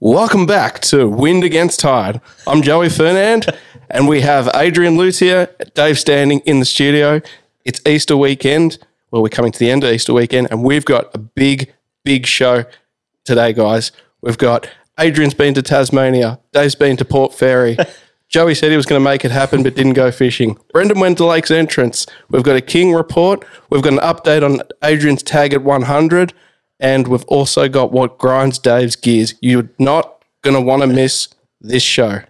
Welcome back to Wind Against Tide. I'm Joey Fernand, and we have Adrian Lutz here, Dave Standing in the studio. It's Easter weekend. Well, we're coming to the end of Easter weekend, and we've got a big, big show today, guys. We've got Adrian's been to Tasmania, Dave's been to Port Fairy. Joey said he was going to make it happen, but didn't go fishing. Brendan went to Lake's Entrance. We've got a King report. We've got an update on Adrian's tag at 100. And we've also got what grinds Dave's gears. You're not going to want to miss this show.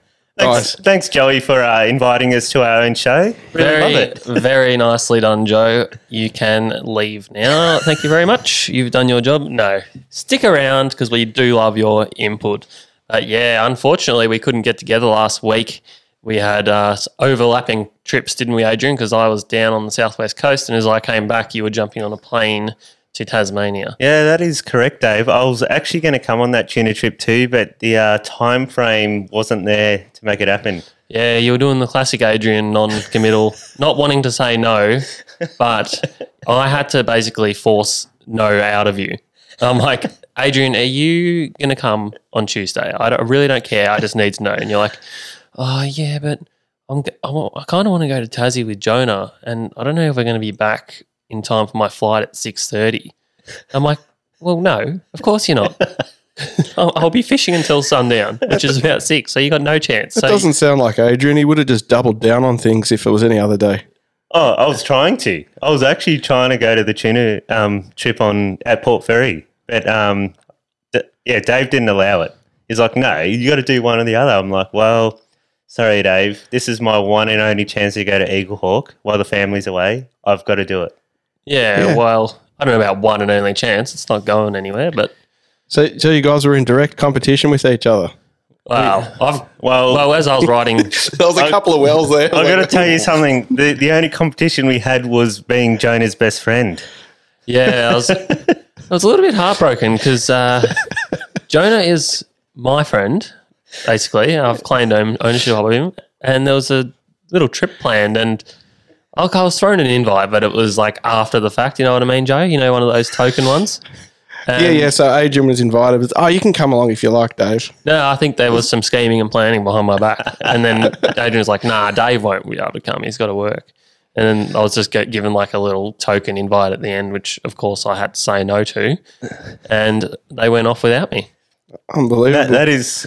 Guys, Thanks, thanks, Joey, for uh, inviting us to our own show. Really Very, love it. very nicely done, Joe. You can leave now. Thank you very much. You've done your job. No, stick around because we do love your input. But yeah, unfortunately, we couldn't get together last week. We had uh, overlapping trips, didn't we, Adrian? Because I was down on the southwest coast, and as I came back, you were jumping on a plane to Tasmania. Yeah, that is correct, Dave. I was actually going to come on that tuna trip too, but the uh, time frame wasn't there to make it happen. Yeah, you were doing the classic Adrian non committal, not wanting to say no, but I had to basically force no out of you. I'm like, Adrian, are you going to come on Tuesday? I, don't- I really don't care. I just need to know. And you're like, oh, yeah, but I'm, g- I, wa- I kind of want to go to Tassie with Jonah, and I don't know if we're going to be back in time for my flight at 6.30. I'm like, well, no, of course you're not. I'll, I'll be fishing until sundown, which is about six, so you got no chance. that so doesn't sound like Adrian. He would have just doubled down on things if it was any other day. Oh, I was trying to. I was actually trying to go to the tuna um, trip on at Port Ferry, but um, d- yeah, Dave didn't allow it. He's like, "No, you got to do one or the other." I'm like, "Well, sorry, Dave. This is my one and only chance to go to Eagle Hawk while the family's away. I've got to do it." Yeah, well, I don't know about one and only chance. It's not going anywhere, but So, so you guys were in direct competition with each other. wow. I've, Well, well, as I was writing, There was a couple of wells there. I've got to tell you something. The, the only competition we had was being Jonah's best friend. yeah, I was, I was a little bit heartbroken because uh, Jonah is my friend, basically. I've claimed own- ownership of him, and there was a little trip planned, and I I was thrown an invite, but it was like after the fact. You know what I mean, Joe? You know, one of those token ones. Yeah, And- yeah. So Adrian was invited. With, oh, you can come along if you like, Dave. No, I think there was some scheming and planning behind my back. And then Adrian was like, nah, Dave won't be able to come. He's got to work. And then I was just get, given like a little token invite at the end, which of course I had to say no to. And they went off without me. Unbelievable. That, that is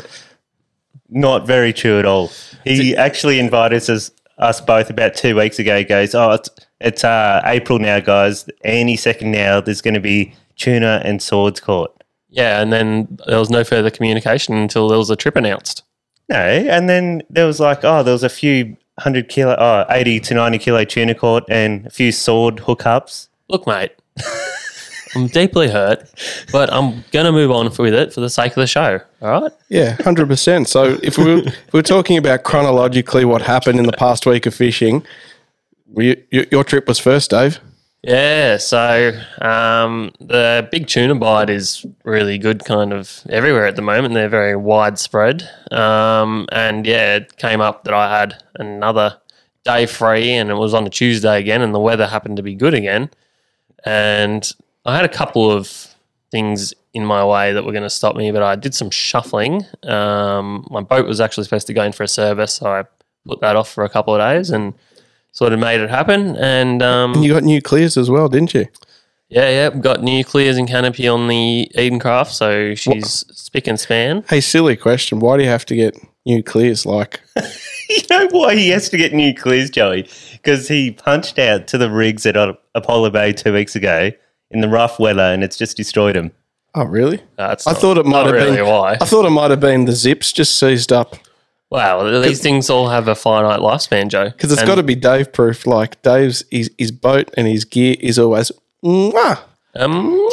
not very true at all. He actually invited us, us both about two weeks ago. He goes, Oh, it's, it's uh, April now, guys. Any second now, there's going to be tuna and swords caught. Yeah. And then there was no further communication until there was a trip announced. No. And then there was like, Oh, there was a few hundred kilo, oh, 80 to 90 kilo tuna caught and a few sword hookups. Look, mate, I'm deeply hurt, but I'm going to move on f- with it for the sake of the show. All right. yeah, hundred percent. So if we were, if we're talking about chronologically what happened in the past week of fishing, we, your, your trip was first, Dave. Yeah, so um, the big tuna bite is really good, kind of everywhere at the moment. They're very widespread, um, and yeah, it came up that I had another day free, and it was on a Tuesday again, and the weather happened to be good again, and I had a couple of things in my way that were going to stop me, but I did some shuffling. Um, my boat was actually supposed to go in for a service, so I put that off for a couple of days and sort of made it happen. And um, You got new clears as well, didn't you? yeah, yeah. We've got new clears and canopy on the Edencraft, so she's spick and span. Hey, silly question. Why do you have to get new clears? Like, You know why he has to get new clears, Joey? Because he punched out to the rigs at O- Apollo Bay two weeks ago in the rough weather, and it's just destroyed him. oh, really? That's I not- thought it might not have really been. why. I thought it might have been the zips just seized up Wow, these things all have a finite lifespan, Joe. because it's And- got to be Dave proof. Like Dave's his, his boat and his gear is always. Mwah. Um,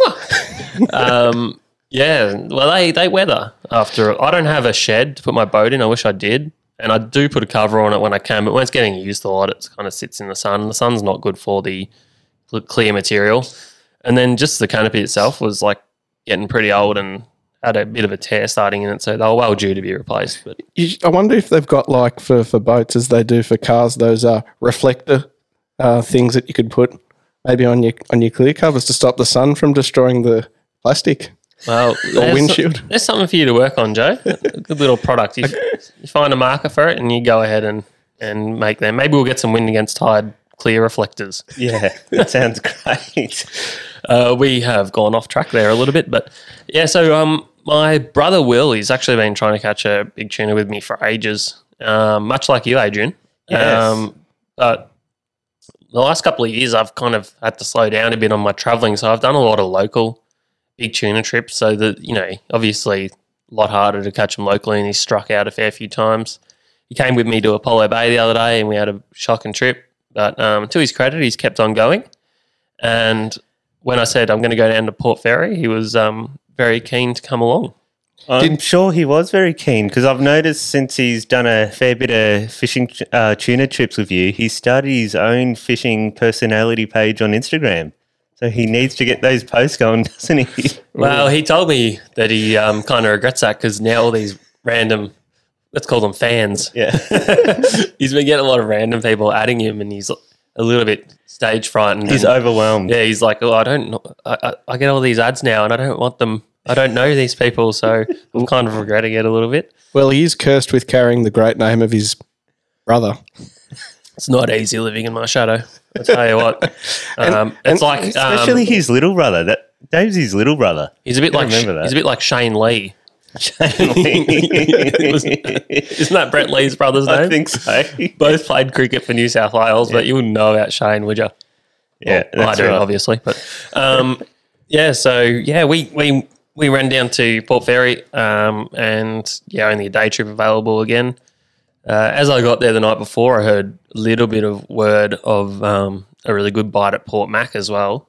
um, yeah, well, they, they weather after. I don't have a shed to put my boat in. I wish I did. And I do put a cover on it when I can, but when it's getting used a lot, it kind of sits in the sun. The sun's not good for the cl- clear material. And then just the canopy itself was like getting pretty old and had a bit of a tear starting in it. So they were well due to be replaced. But You, sh- I wonder if they've got like for, for boats as they do for cars those uh, reflector uh, things that you could put maybe on your on your clear covers to stop the sun from destroying the plastic. Well, there's- windshield. there's something for you to work on, Joe. A good little product. You, you find a marker for it, and you go ahead and and make them. Maybe we'll get some wind against tide clear reflectors. Yeah, that sounds great. Uh, we have gone off track there a little bit, but yeah. So um, my brother Will, he's actually been trying to catch a big tuna with me for ages, um, much like you, Adrian. Um, Yes. but the last couple of years, I've kind of had to slow down a bit on my traveling, so I've done a lot of local big tuna trips. So that you know, obviously, a lot harder to catch him locally, and he struck out a fair few times. He came with me to Apollo Bay the other day, and we had a shocking trip. But um, to his credit, he's kept on going. And when I said I'm going to go down to Port Ferry, he was um, very keen to come along. I'm Did- sure he was very keen because I've noticed since he's done a fair bit of fishing uh, tuna trips with you, he started his own fishing personality page on Instagram. So he needs to get those posts going, doesn't he? Well, he told me that he um, kind of regrets that because now all these random, let's call them fans, yeah. he's been getting a lot of random people adding him, and he's a little bit stage frightened. He's and- overwhelmed. yeah, he's like, oh, I don't, know. I, I, I get all these ads now, and I don't want them. I don't know these people, so I'm kind of regretting it a little bit. Well, he is cursed with carrying the great name of his brother. It's not easy living in my shadow. I tell you what, um, it's like um, Especially his little brother. That Dave's his little brother. he's a bit like remember that. he's a bit like Shane Lee. I Isn't that Brett Lee's brother's name? think so. Both played cricket for New South Wales, but you wouldn't know about Shane, would you? Yeah, Well, I that's do, right. obviously. But um, yeah, so yeah, we we we ran down to Port Fairy, um, and yeah, only a day trip available again. Uh, as I got there the night before, I heard a little bit of word of um, a really good bite at Port Mac as well.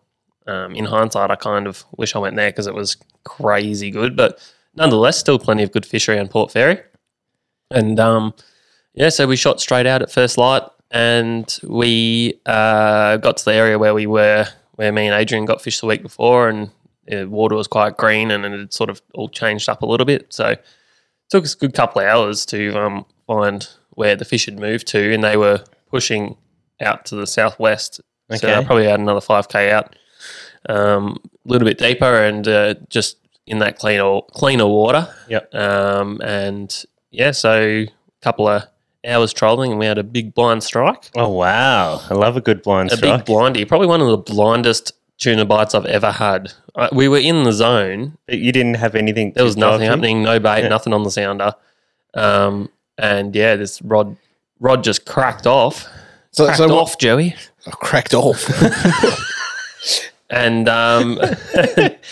Um, in hindsight, I kind of wish I went there because it was crazy good, but nonetheless, still plenty of good fish around Port Fairy. And um, yeah, so we shot straight out at first light, and we uh, got to the area where we were, where me and Adrian got fish the week before, and the water was quite green, and it had sort of all changed up a little bit. So it took us a good couple of hours to um, find where the fish had moved to, and they were pushing out to the southwest. So Okay. I probably had another five k out, a little bit deeper, and uh, just in that cleaner cleaner water. Yep. Um, and yeah, so a couple of hours trolling and we had a big blind strike. Oh, wow. I love a good blind A strike. big blindie, probably one of the blindest tuna bites I've ever had. Uh, we were in the zone. but you didn't have anything. There was to drive nothing to? happening, no bait, nothing on the sounder. Um, and yeah, this rod rod just cracked off. So, Cracked so what- off, Joey. Oh, cracked off. And um,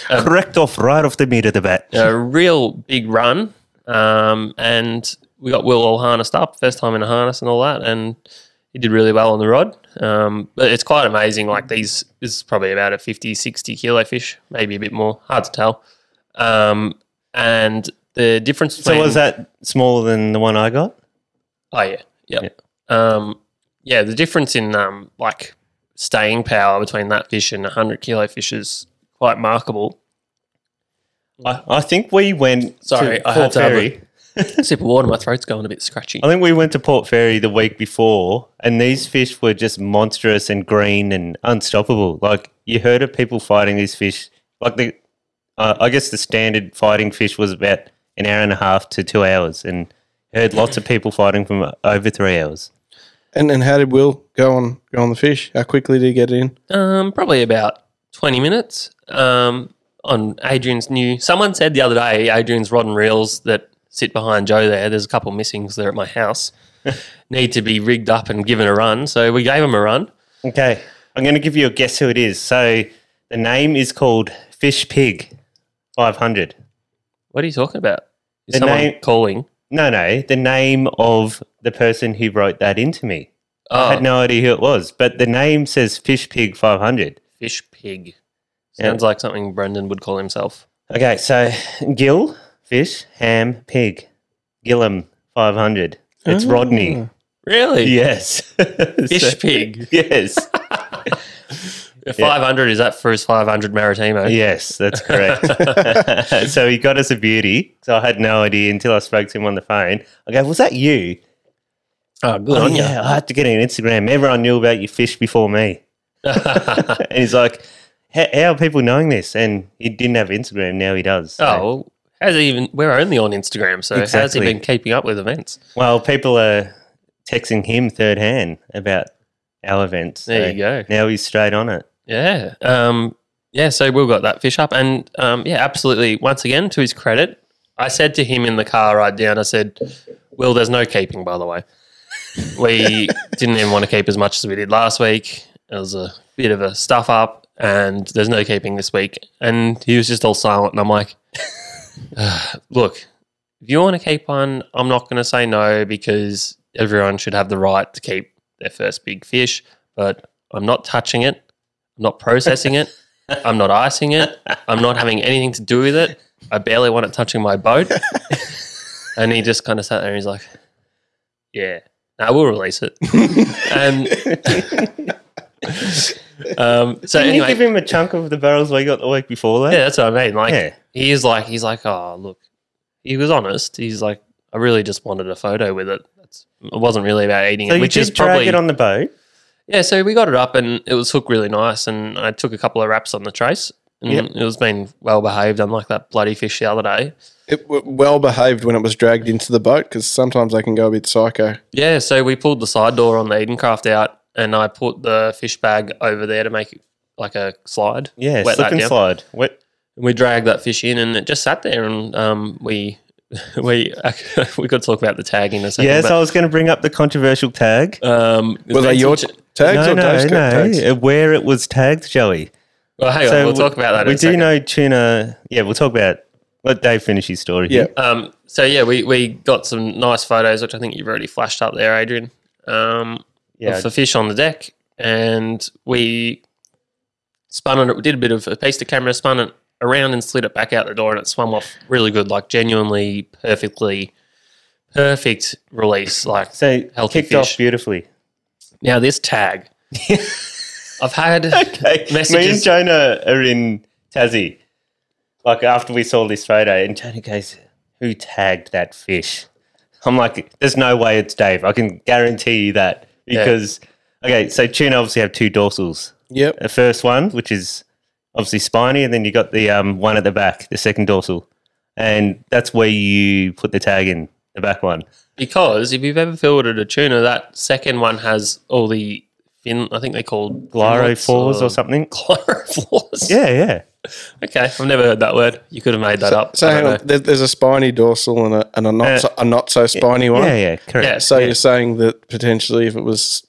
Correct off right off the meat of the bat. a real big run. Um, and we got Will all harnessed up, first time in a harness and all that, and he did really well on the rod. Um, but it's quite amazing. Like these, this is probably about a 50, 60 kilo fish, maybe a bit more. Hard to tell. Um, and the difference So between was that smaller than the one I got? Oh yeah, yep. Um, yeah, the difference in um, like staying power between that fish and a hundred kilo fish is quite markable. I, I think we went. Sorry, to I had Port to have a- Fairy. Sip of water, my throat's going a bit scratchy. I think we went to Port Fairy the week before, and these fish were just monstrous and green and unstoppable. Like you heard of people fighting these fish. Like the, uh, I guess the standard fighting fish was about an hour and a half to two hours, and heard lots of people fighting from over three hours. and and how did Will go on go on the fish? How quickly did he get it in? Um, probably about 20 minutes. Um, on Adrian's new. Someone said the other day, Adrian's rod and reels that sit behind Joe there. There's a couple missing 'cause they're at my house. need to be rigged up and given a run. So we gave him a run. Okay, I'm going to give you a guess who it is. So the name is called Fish Pig, five hundred. What are you talking about? Is The someone name- calling? No, no, the name of the person who wrote that into me. I Oh, had no idea who it was, but the name says Fish Pig 500. fish pig. Yeah. Sounds like something Brendan would call himself. Okay, so gill, fish, ham, pig, gillum 500. It's Rodney. Really? Yes. Oh. Fish So- pig. Yes. Five hundred is that for his five hundred Maritimo? Yes, that's correct. so he got us a beauty. So I had no idea until I spoke to him on the phone. I go, was that you? Oh, good Oh, on yeah, Oh, I had to get an Instagram. Everyone knew about your fish before me. and he's like, how, how are people knowing this? And he didn't have Instagram. Now he does. So- Oh, well, how's he even? We're only on Instagram, so how's he Exactly. been keeping up with events? Well, people are texting him third hand about our events. There so you go. Now he's straight on it. Yeah. Um, yeah, so Will got that fish up. And um, yeah, absolutely. Once again, to his credit, I said to him in the car ride down, I said, Will, there's no keeping, by the way. We didn't even want to keep as much as we did last week. It was a bit of a stuff up, and there's no keeping this week. And he was just all silent. And I'm like, "Ugh, look, if you want to keep one, I'm not going to say no because everyone should have the right to keep their first big fish, but I'm not touching it. I'm not processing it. I'm not icing it. I'm not having anything to do with it. I barely want it touching my boat. and he just kind of sat there and he's like, yeah, I will release it. and um, so Didn't anyway, you give him a chunk of the barrels we got the week before yeah, that? that's what I mean. Like Yeah. he is like he's like, oh look, he was honest. He's like, I really just wanted a photo with it. That's, it wasn't really about eating So it, you which did is drag probably it on the boat. yeah. So we got it up and it was hooked really nice, and I took a couple of wraps on the trace. And Yep. it was been well behaved, unlike that bloody fish the other day. It w- well behaved when it was dragged into the boat because sometimes they can go a bit psycho. Yeah, so we pulled the side door on the Edencraft out, and I put the fish bag over there to make it like a slide. Yeah, slip Wet that and down. slide. Wet. And we dragged that fish in, and it just sat there, and um, we we we could talk about the tag in a second. Yes, but- I was going to bring up the controversial tag. Um, Were they that's your such a- tags no, or no, Dave's no. got tags? uh, Where it was tagged, Joey. well, hang on, we- we'll talk about that. We in do a second. know tuna. Yeah, we'll talk about. Let Dave finish his story. Yeah. here. Um, so yeah, we, we got some nice photos, which I think you've already flashed up there, Adrian. Um, yeah. of the fish on the deck, and we spun on it. We did a bit of a piece to camera, spun it around, and slid it back out the door, and it swam off really good, like genuinely perfectly perfect release. Like So Healthy kicked fish. off beautifully. now, this tag, I've had Okay. Me and messages. Jonah are in Tassie. Like after we saw this photo, and Jonah goes, "Who tagged that fish?" I'm like, "There's no way it's Dave. I can guarantee you that because." Okay, so tuna obviously have two dorsals. Yep. The first one, which is obviously spiny, and then you got the um, one at the back, the second dorsal, and that's where you put the tag in the back one. because if you've ever filleted a tuna, that second one has all the fin. I think they called Gyrophores or something. something. Chlorophores. Yeah, yeah. Okay, I've never heard that word. You could have made that up. So I don't hang on, know. there- there's a spiny dorsal and a, and a not Uh, so, a not so spiny one. Yeah, yeah, correct. Yeah. So you're saying that potentially, if it was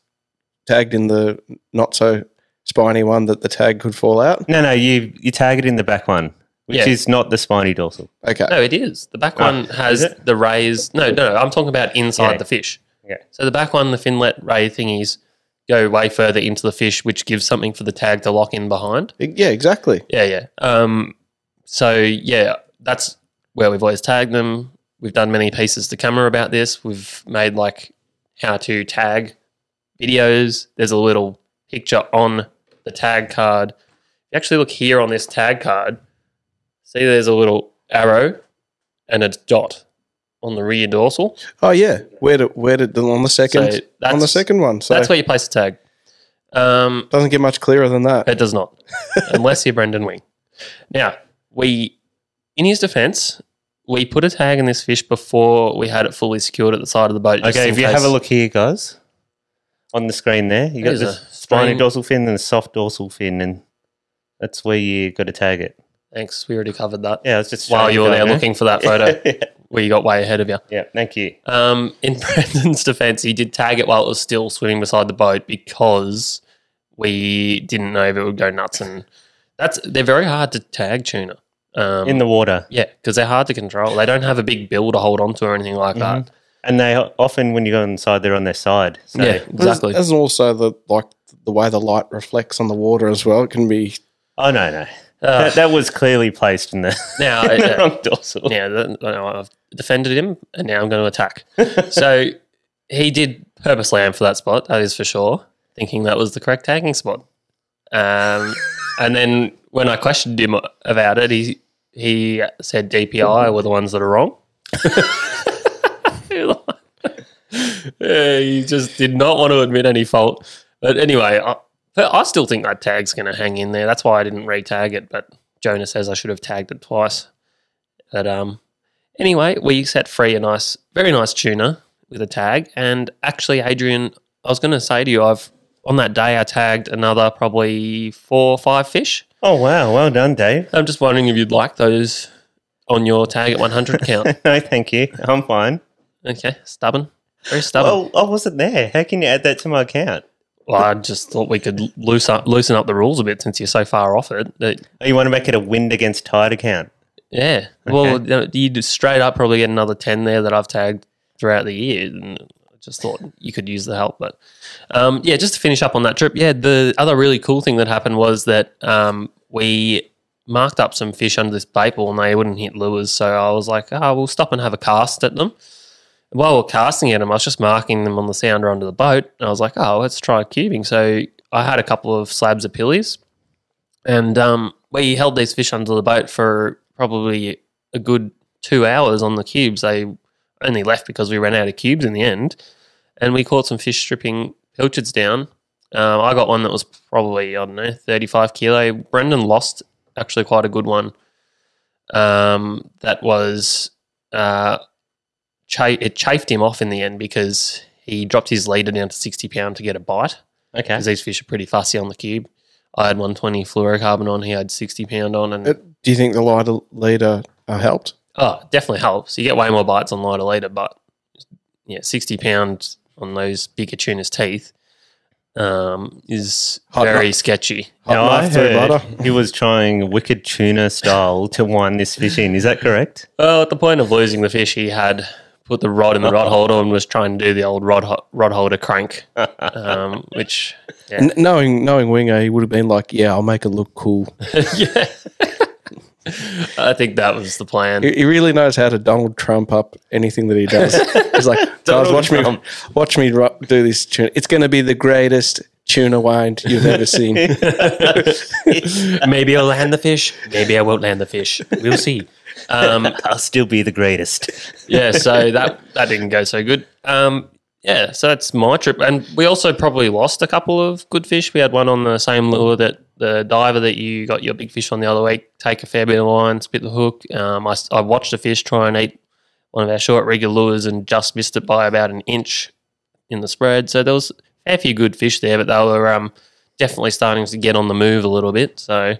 tagged in the not so spiny one, that the tag could fall out. No, no, you you target in the back one, which Yeah. is not the spiny dorsal. Okay. No, it is. The back Oh, one has is it? the rays. No, no, no. I'm talking about inside Yeah. the fish. Yeah. So the back one, the finlet ray thingies go way further into the fish, which gives something for the tag to lock in behind. E, Yeah, exactly. Yeah, yeah. Um, so yeah, that's where we've always tagged them. We've done many pieces to camera about this. We've made like how to tag videos. There's a little picture on the tag card. If you actually look here on this tag card, see there's a little arrow and a dot on the rear dorsal. Oh yeah. Where did where did the, on the second on So the that's- second one? So That's where you place the tag. Um, doesn't get much clearer than that. It does not, unless you're Brendan Wing. Now, we, in his defence, we put a tag in this fish before we had it fully secured at the side of the boat. just Okay, in if you case- have a look here, guys, on the screen there, you got There's the a spiny strange- dorsal fin and the soft dorsal fin, and that's where you got to tag it. Thanks, we already covered that. Yeah, it's just While showing you were there Jonah. looking for that photo, yeah, we got way ahead of you. thank you. Um, in Brendan's defence, he did tag it while it was still swimming beside the boat because we didn't know if it would go nuts, and that's they're very hard to tag tuna. Um, In the water, yeah, because they're hard to control. They don't have a big bill to hold onto or anything like that. and they often when you go inside, they're on their side. So Yeah, exactly. There's also the like the way the light reflects on the water as well. It can be Oh no, no, Uh, that, that was clearly placed in the, Now, in the yeah, wrong dorsal. yeah, that- I know, I've defended him, and now I'm going to attack. so he did purposely aim for that spot. That is for sure, thinking that was the correct tagging spot. Um, and then when I questioned him about it, he he said DPI were the ones that are wrong. Yeah, he just did not want to admit any fault. But anyway, I, I still think that tag's going to hang in there. That's why I didn't re-tag it, but Jonah says I should have tagged it twice. But um, anyway, we set free a nice, very nice tuna with a tag. And actually, Adrian, I was going to say to you, I've on that day I tagged another probably four or five fish. Oh wow, well done, Dave. I'm just wondering if you'd like those on your tag at 100 count. no, thank you. I'm fine. Oh, Okay, stubborn, very Well, stubborn. I wasn't there. How can you add that to my account? Well, I just thought we could loosen up, loosen up the rules a bit since you're so far off it. That, Oh, you want to make it a wind against tide account? yeah. Well, you know, you'd straight up probably get another 10 there that I've tagged throughout the year. And I just thought you could use the help. But um, yeah, just to finish up on that trip, yeah, the other really cool thing that happened was that um, we marked up some fish under this bait ball and they wouldn't hit lures. So I was like, oh, we'll stop and have a cast at them. while we we're casting at them, I was just marking them on the sounder under the boat. And I was like, oh, let's try cubing. So I had a couple of slabs of pillies. And um, we held these fish under the boat for probably a good two hours on the cubes. They only left because we ran out of cubes in the end. And we caught some fish stripping pilchards down. Um, I got one that was probably, I don't know, 35 kilo. Brendan lost actually quite a good one. Um, that was. Uh, cha- it chafed him off in the end because he dropped his leader down to 60 pound to get a bite Okay. because these fish are pretty fussy on the cube. I had 120 fluorocarbon on, he had 60 pound on, and Hmm. Uh, Do you think the lighter leader uh, helped? oh, it definitely helps. You get way more bites on lighter leader, but yeah, 60 pound on those bigger tuna's teeth um, is Hot very nut. sketchy. Hot now I knife, third heard lighter. he was trying wicked tuna style to wind this fish in. Is that correct? Well, at the point of losing the fish, he had put the rod in the rod holder and was trying to do the old rod ho- rod holder crank, um, which yeah. N- knowing knowing Winger, he would have been like, "Yeah, I'll make it look cool." yeah. I think that was the plan. He, he really knows how to Donald Trump up anything that he does. He's like, "Guys, Donald watch Trump. me, watch me ru- do this tuna. It's going to be the greatest tuna wind you've ever seen." maybe I'll land the fish. Maybe I won't land the fish. We'll see. Um, I'll still be the greatest. yeah, so that that didn't go so good. Um, yeah, so that's my trip, and we also probably lost a couple of good fish. We had one on the same lure that the diver that you got your big fish on the other week take a fair bit of line, spit the hook. Um, I, s- I watched a fish try and eat one of our short regular lures and just missed it by about an inch in the spread. So there was a fair few good fish there, but they were um, definitely starting to get on the move a little bit. So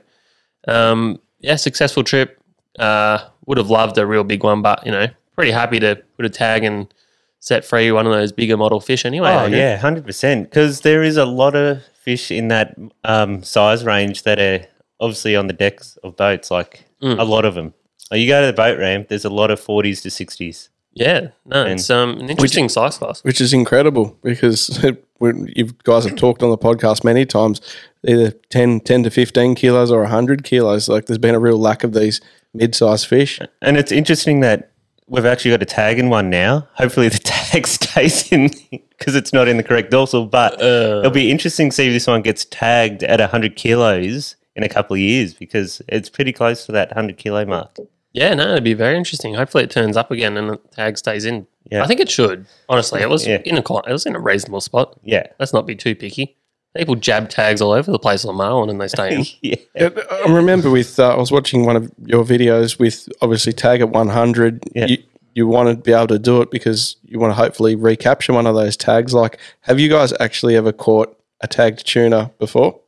um, yeah, successful trip. Uh, would have loved a real big one, but you know, pretty happy to put a tag and set free one of those bigger model fish anyway. Oh I guess. yeah, hundred percent. Because there is a lot of fish in that um, size range that are obviously on the decks of boats. Like Mm. a lot of them. Like, you go to the boat ramp. There's a lot of forties to sixties. yeah. No, it's um, an interesting size class. which is incredible because when you guys have talked on the podcast many times, either 10, 10 to 15 kilos or 100 kilos. Like there's been a real lack of these mid sized fish. And it's interesting that we've actually got a tag in one now. Hopefully the tag stays in because it's not in the correct dorsal. But it'll be interesting to see if this one gets tagged at hundred kilos in a couple of years because it's pretty close to that hundred kilo mark. Yeah, no, it'd be very interesting. Hopefully, it turns up again and the tag stays in. Yeah. I think it should. Honestly, it was Yeah. in a quite, it was in a reasonable spot. Yeah. Let's not be too picky. People jab tags all over the place on Marlin and they stay in. Yeah. Yeah, uh, I remember with, uh, I was watching one of your videos with obviously tag at 100. Yeah. You, you want to be able to do it because you want to hopefully recapture one of those tags. Like, have you guys actually ever caught a tagged tuna before?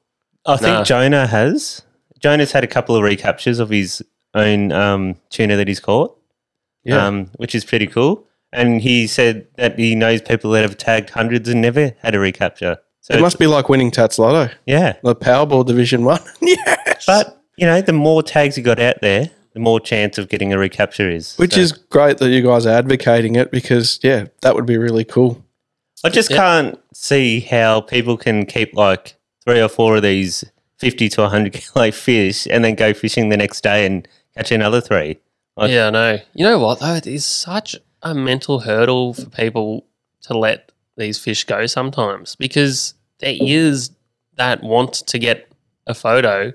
I think No. Jonah has. Jonah's had a couple of recaptures of his own um, tuna that he's caught, Yeah. um, which is pretty cool. And he said that he knows people that have tagged hundreds and never had a recapture. So It must be like winning Tats Lotto, yeah, the Powerball Division 1. yes. but you know, the more tags you got out there, the more chance of getting a recapture is. Which So is great that you guys are advocating it because, yeah, that would be really cool. I just Yeah. can't see how people can keep like three or four of these fifty to hundred kilo fish and then go fishing the next day and catch another three. Like- Yeah, I know. You know what though? It is such a mental hurdle for people to let these fish go sometimes because there is that want to get a photo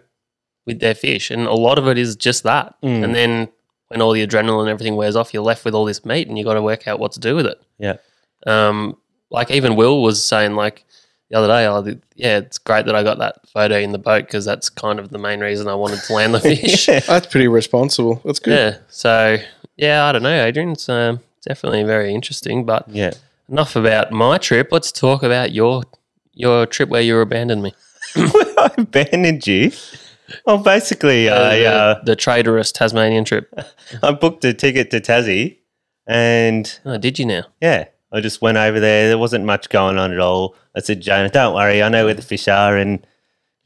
with their fish, and a lot of it is just that. Mm. And then when all the adrenaline and everything wears off, you're left with all this meat, and you got to work out what to do with it. Yeah. Um, like even Will was saying, like the other day, I was- yeah, it's great that I got that photo in the boat because that's kind of the main reason I wanted to land the fish. yeah. That's pretty responsible. That's good. So yeah, I don't know, Adrian. It's um, definitely very interesting. But Yeah. enough about my trip. Let's talk about your your trip where you abandoned me. I abandoned you. Well, basically, I the, uh, the traitorous Tasmanian trip. I booked a ticket to Tassie, and Oh, did you now? yeah, I just went over there. There wasn't much going on at all. I said, Jonah, don't worry, I know where the fish are, and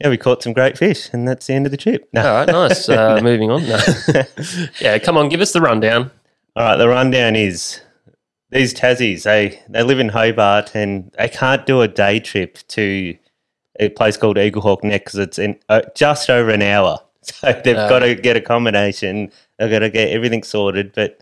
yeah, we caught some great fish, and that's the end of the trip. No. All right, nice. Uh, Moving on. No. yeah, come on, give us the rundown. All right, the rundown is these Tassies, they, they live in Hobart and they can't do a day trip to a place called Eaglehawk Neck because it's in, uh, just over an hour. So they've Oh. got to get accommodation, they've got to get everything sorted. But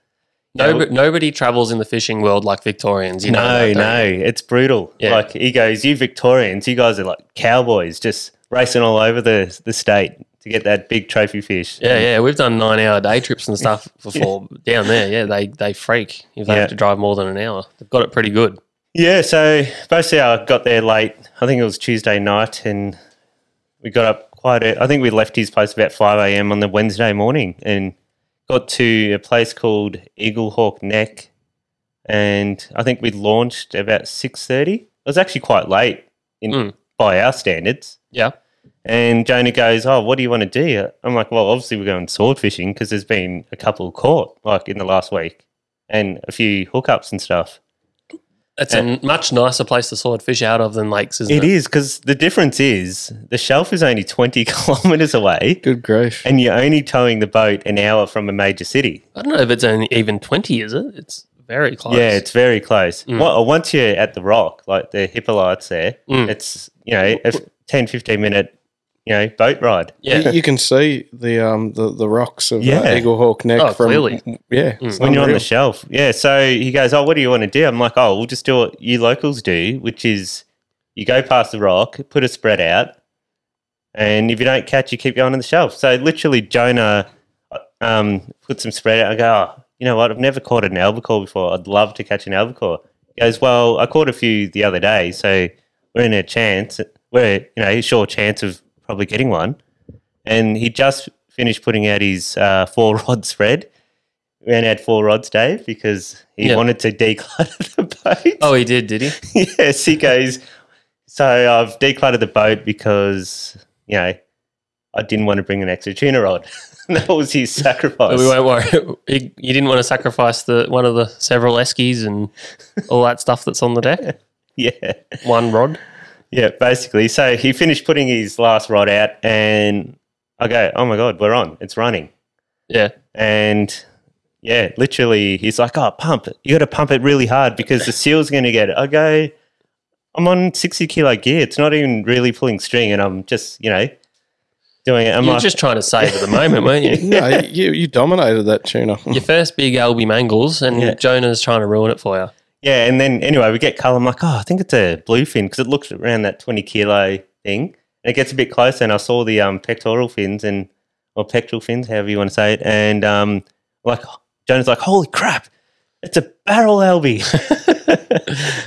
No, Yeah, but nobody travels in the fishing world like Victorians. You know that, no, don't no, it's brutal. Yeah. Like he goes, you Victorians, you guys are like cowboys just racing all over the, the state to get that big trophy fish. you? Yeah, yeah, we've done nine-hour day trips and stuff before down there. Yeah, they they freak if they Yeah. have to drive more than an hour. They've got it pretty good. Yeah, so basically I got there late. I think it was Tuesday night, and we got up quite. ear I think we left his place about five a.m. on the Wednesday morning, and got to a place called Eaglehawk Neck, and I think we launched about six thirty. It was actually quite late in Mm. by our standards. Yeah, And Jonah goes, "Oh, what do you want to do?" I'm like, "Well, obviously we're going sword fishing because there's been a couple caught like in the last week, and a few hookups and stuff." it's a much nicer place to sword fish out of than lakes, isn't it? It is because the difference is the shelf is only 20 kilometers away Good grief. and you're only towing the boat an hour from a major city. I don't know if it's only even twenty, is it? It's very close. Yeah, it's very close. Mm. Well, uh, once you're at the rock, like the Hippolytes there, Mm. it's, you know, a f- 10, 15 minute, you know, boat ride. yeah. You, you can see the um the, the rocks of Yeah. Mm. uh, Eagle Hawk Neck Oh, from clearly. yeah. it's when you're on Hmm. unreal. the shelf. Yeah. So he goes, Oh, what do you want to do? I'm like, Oh, we'll just do what you locals do, which is you go past the rock, put a spread out, and if you don't catch, you keep going on the shelf. So literally, Jonah um, put some spread out. I go, Oh, you know what? I've never caught an albacore before. I'd love to catch an albacore. He goes, Well, I caught a few the other day. So we're in a chance, we're, you know, a sure chance of probably getting one. And he just finished putting out his uh, four rod spread. We only had four rods, Dave, because he Yeah. wanted to declutter the boat. Oh, he did, did he? yes, he goes. So I've decluttered the boat because, you know, I didn't want to bring an extra tuna rod. that was his sacrifice. But we won't worry. You you didn't want to sacrifice the one of the several eskies and all that stuff that's on the deck. yeah. One rod. Yeah, basically. So he finished putting his last rod out and I go, oh my God, we're on. It's running. Yeah. And yeah, literally, he's like, "Oh, pump! it. You got to pump it really hard because the seal's going to get it." I go, "I'm on sixty kilo gear. It's not even really pulling string, and I'm just, you know, doing it." I'm you were like, just trying to save at the moment, weren't you? No, you you dominated that tuna. Your first big Albie mangles, and Yeah. Jonah's trying to ruin it for you. "Yeah." And then anyway, we get color. I'm like, "Oh, I think it's a bluefin because it looks around that twenty kilo thing." And it gets a bit closer, and I saw the um, pectoral fins and or pectoral fins, however you want to say it, and um, like Jonah's like, "Holy crap!" It's a barrel albie,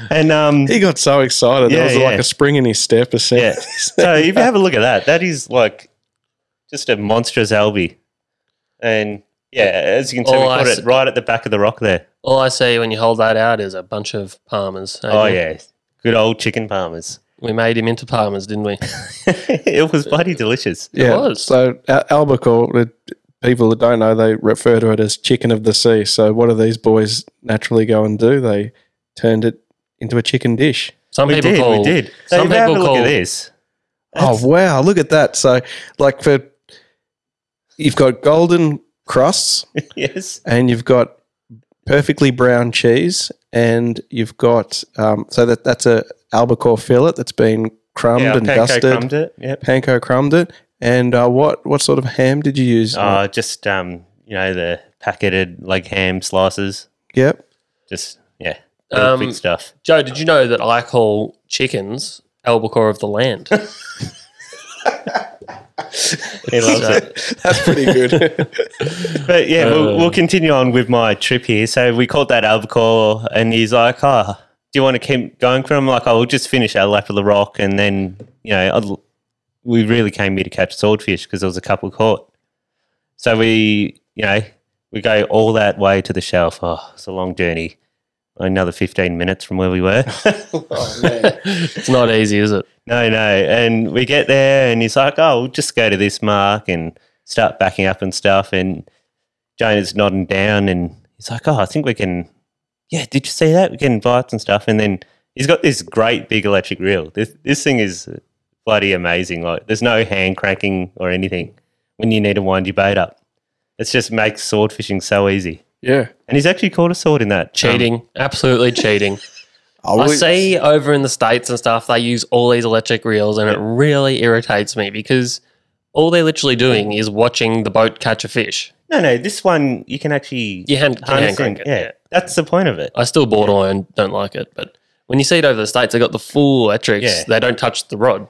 and um, He got so excited. there Yeah, was yeah. like a spring in his step. A Yeah. second. so if you have a look at that, that is like just a monstrous albie. And yeah, as you can see, we Oh, I caught see. it right at the back of the rock there. All I see when you hold that out is a bunch of palmers. Oh yeah, good old chicken palmers. we made him into palmers, didn't we? it was bloody delicious. Yeah. was. So uh, albacore, the people that don't know, they refer to it as chicken of the sea. So what do these boys naturally go and do? They turned it into a chicken dish. Some We people did, call we did. So some if you have a people look call- at this. oh wow! Look at that. So like for you've got golden crusts Yes. and you've got perfectly brown cheese and you've got um, so that that's a albacore fillet that's been crumbed Yeah, and pancake dusted. crumbed it. Yep. Panko crumbed it. And uh, what what sort of ham did you use? Uh, just um, you know, the packeted like ham slices. yep. Just yeah. Um, big stuff. Joe, did you know that I call chickens albacore of the land? He loves So- it. That's pretty good. But yeah, Uh, we'll, we'll continue on with my trip here. So we caught that albacore, and he's like, "Oh, do you want to keep going for them? Like, I'll just finish our lap of the rock, and then you know, I'll, we really came here to catch swordfish because there was a couple caught. So we, you know, we go all that way to the shelf. Oh, it's a long journey. Another fifteen minutes from where we were. Oh, man. it's not easy, is it? No, no. And we get there, and he's like, "Oh, we'll just go to this mark and start backing up and stuff." And Jane is nodding down, and he's like, "Oh, I think we can." Yeah, did you see that? We can bites and stuff. And then he's got this great big electric reel. This this thing is bloody amazing. Like, there's no hand cranking or anything when you need to wind your bait up. It just makes sword fishing so easy. yeah. And he's actually caught a sword in that. Um, Cheating, absolutely cheating. Oh, I we- see over in the States and stuff, they use all these electric reels and it really irritates me because all they're literally doing is watching the boat catch a fish. no, no. This one you can actually You hand, can hand harness crank in. it. Yeah, that's the point of it. I still borderline don't like it, but when you see it over the States, they got the full electrics. Yeah. They don't touch the rod.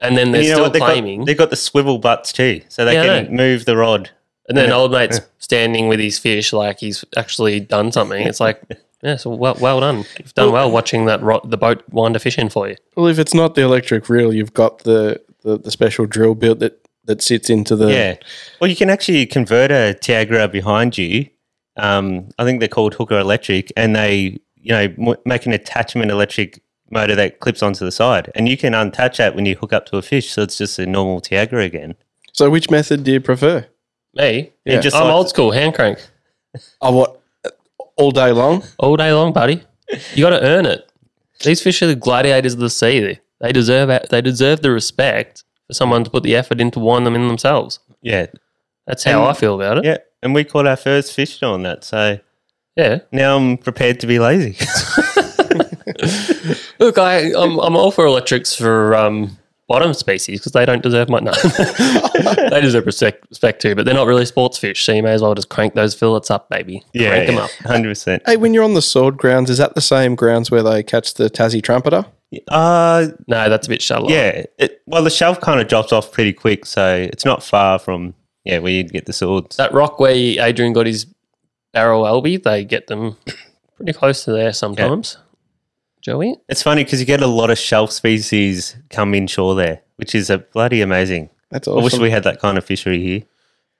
And then they're And you know still what? They've got- claiming. they've got the swivel butts too, so they Yeah, I can move the rod. and then old mate's standing with his fish like he's actually done something. It's like, yeah, so well, well done. You've done well watching that ro- the boat wind a fish in for you. Well, if it's not the electric reel, you've got the, the, the special drill built that, that sits into the. Yeah. Well, you can actually convert a Tiagra behind you. Um, I think they're called Hooker Electric, and they you know m- make an attachment electric motor that clips onto the side, and you can untouch that when you hook up to a fish, so it's just a normal Tiagra again. So, which method do you prefer? Me, Yeah. just I'm like- old school, hand crank. Oh, what? All day long? all day long, buddy. You got to earn it. These fish are the gladiators of the sea. They deserve they deserve the respect for someone to put the effort in to wind them in themselves. Yeah, That's how And- I feel about it. yeah. And we caught our first fish on that, so Yeah. now I'm prepared to be lazy. Look, I I'm, I'm all for electrics for um, bottom species because they don't deserve my no. they deserve respect, respect too, but they're not really sports fish, so you may as well just crank those fillets up, baby. crank them up. hundred percent. Hey, when you're on the sword grounds, is that the same grounds where they catch the Tassie trumpeter? Uh No, that's a bit shallow. Yeah. It, well, the shelf kind of drops off pretty quick, so it's not far from yeah where you'd get the swords. that rock where Adrian got his barrel albie, they get them pretty close to there sometimes. Joey, It's funny because you get a lot of shelf species come inshore there, which is a bloody amazing. That's I wish awesome. we had that kind of fishery here.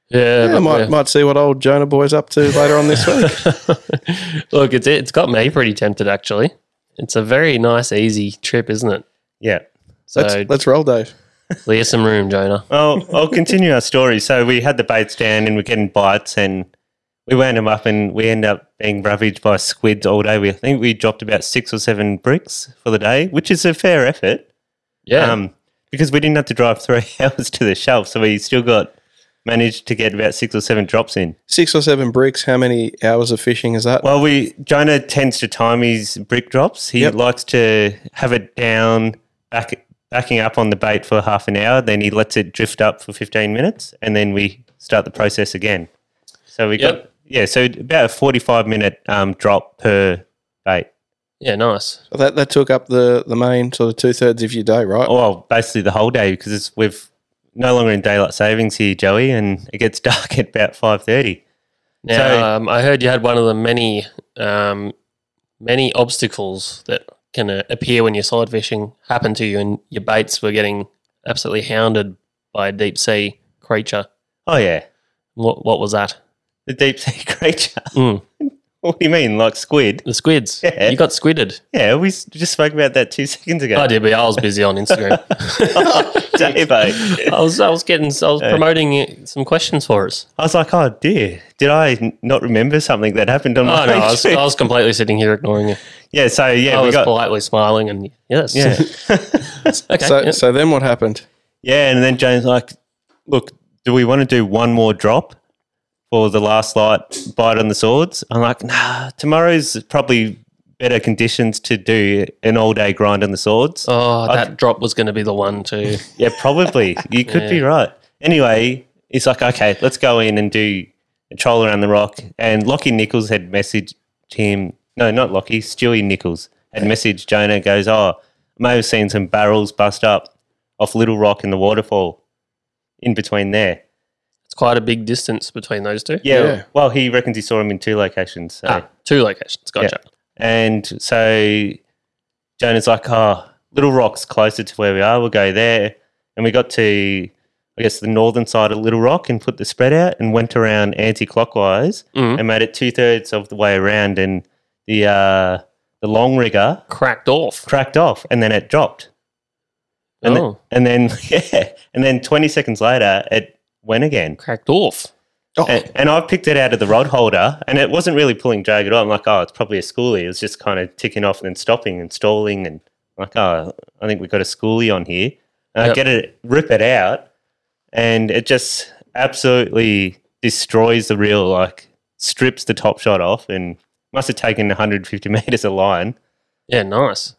yeah, yeah, but might, yeah. might see what old Jonah boy's up to later on this week. Look, it's it's got me pretty tempted actually. It's a very nice, easy trip, isn't it? Yeah. So Let's, let's roll, Dave. leave some room, Jonah. Well, I'll continue our story. So we had the baits down and we're getting bites and we wound them up and we end up being ravaged by squids all day. We I think we dropped about six or seven bricks for the day, which is a fair effort. Yeah, um, because we didn't have to drive three hours to the shelf, so we still got managed to get about six or seven drops in. Six or seven bricks, how many hours of fishing is that? Well, we Jonah tends to time his brick drops. He Yep. likes to have it down, back backing up on the bait for half an hour, then he lets it drift up for fifteen minutes, and then we start the process again. So we Yep. got yeah, so about a forty-five minute um, drop per bait. yeah, nice. that, that took up the, the main sort of two thirds of your day, right? Well, basically the whole day because it's, we've no longer in daylight savings here, Joey, and it gets dark at about five thirty. Now, So- um, I heard you had one of the many, um, many obstacles that can uh, appear when you're side fishing happen to you, and your baits were getting absolutely hounded by a deep sea creature. Oh yeah, What what was that? the deep sea creature. Mm. what do you mean, like squid? The squids. Yeah. You got squidded. Yeah, we s- just spoke about that two seconds ago. I did, but I was busy on Instagram. Dave, eh? I was I was getting I was promoting some questions for us. I was like, oh dear, did I n- not remember something that happened on Oh my no, I was, trip? I was completely sitting here ignoring you. Yeah, so yeah, I we was got politely smiling and yes, yeah, okay. so, yeah. so then what happened? yeah, and then James like, look, do we want to do one more drop for the last light bite on the swords? I'm like, nah, tomorrow's probably better conditions to do an all day grind on the swords. Oh, that drop was going to be the one too. Yeah, probably. You could be right. Anyway, it's like, okay, let's go in and do a troll around the rock. And Lockie Nichols had messaged him. No, not Lockie, Stewie Nichols had messaged Jonah, goes, Oh, I may have seen some barrels bust up off Little Rock in the waterfall in between there. It's quite a big distance between those two. Yeah. Yeah. Well, he reckons he saw him in two locations. So. Ah, two locations. Gotcha. And so Jonah's like, oh, Little Rock's closer to where we are. We'll go there. And we got to, I guess, the northern side of Little Rock and put the spread out and went around anti clockwise Mhm. and made it two thirds of the way around. And the, uh, the long rigger Cracked off. cracked off and then it dropped. And, oh, then, and then, yeah. And then 20 seconds later, it went again. cracked off. Oh, And, and I picked it out of the rod holder, and it wasn't really pulling drag at all. I'm like, oh, it's probably a schoolie. It was just kind of ticking off and then stopping and stalling, and I'm like, oh, I think we got a schoolie on here. And I Yep. get it, rip it out, and it just absolutely destroys the reel. Like strips the top shot off, and must have taken 150 meters of line. Yeah, nice.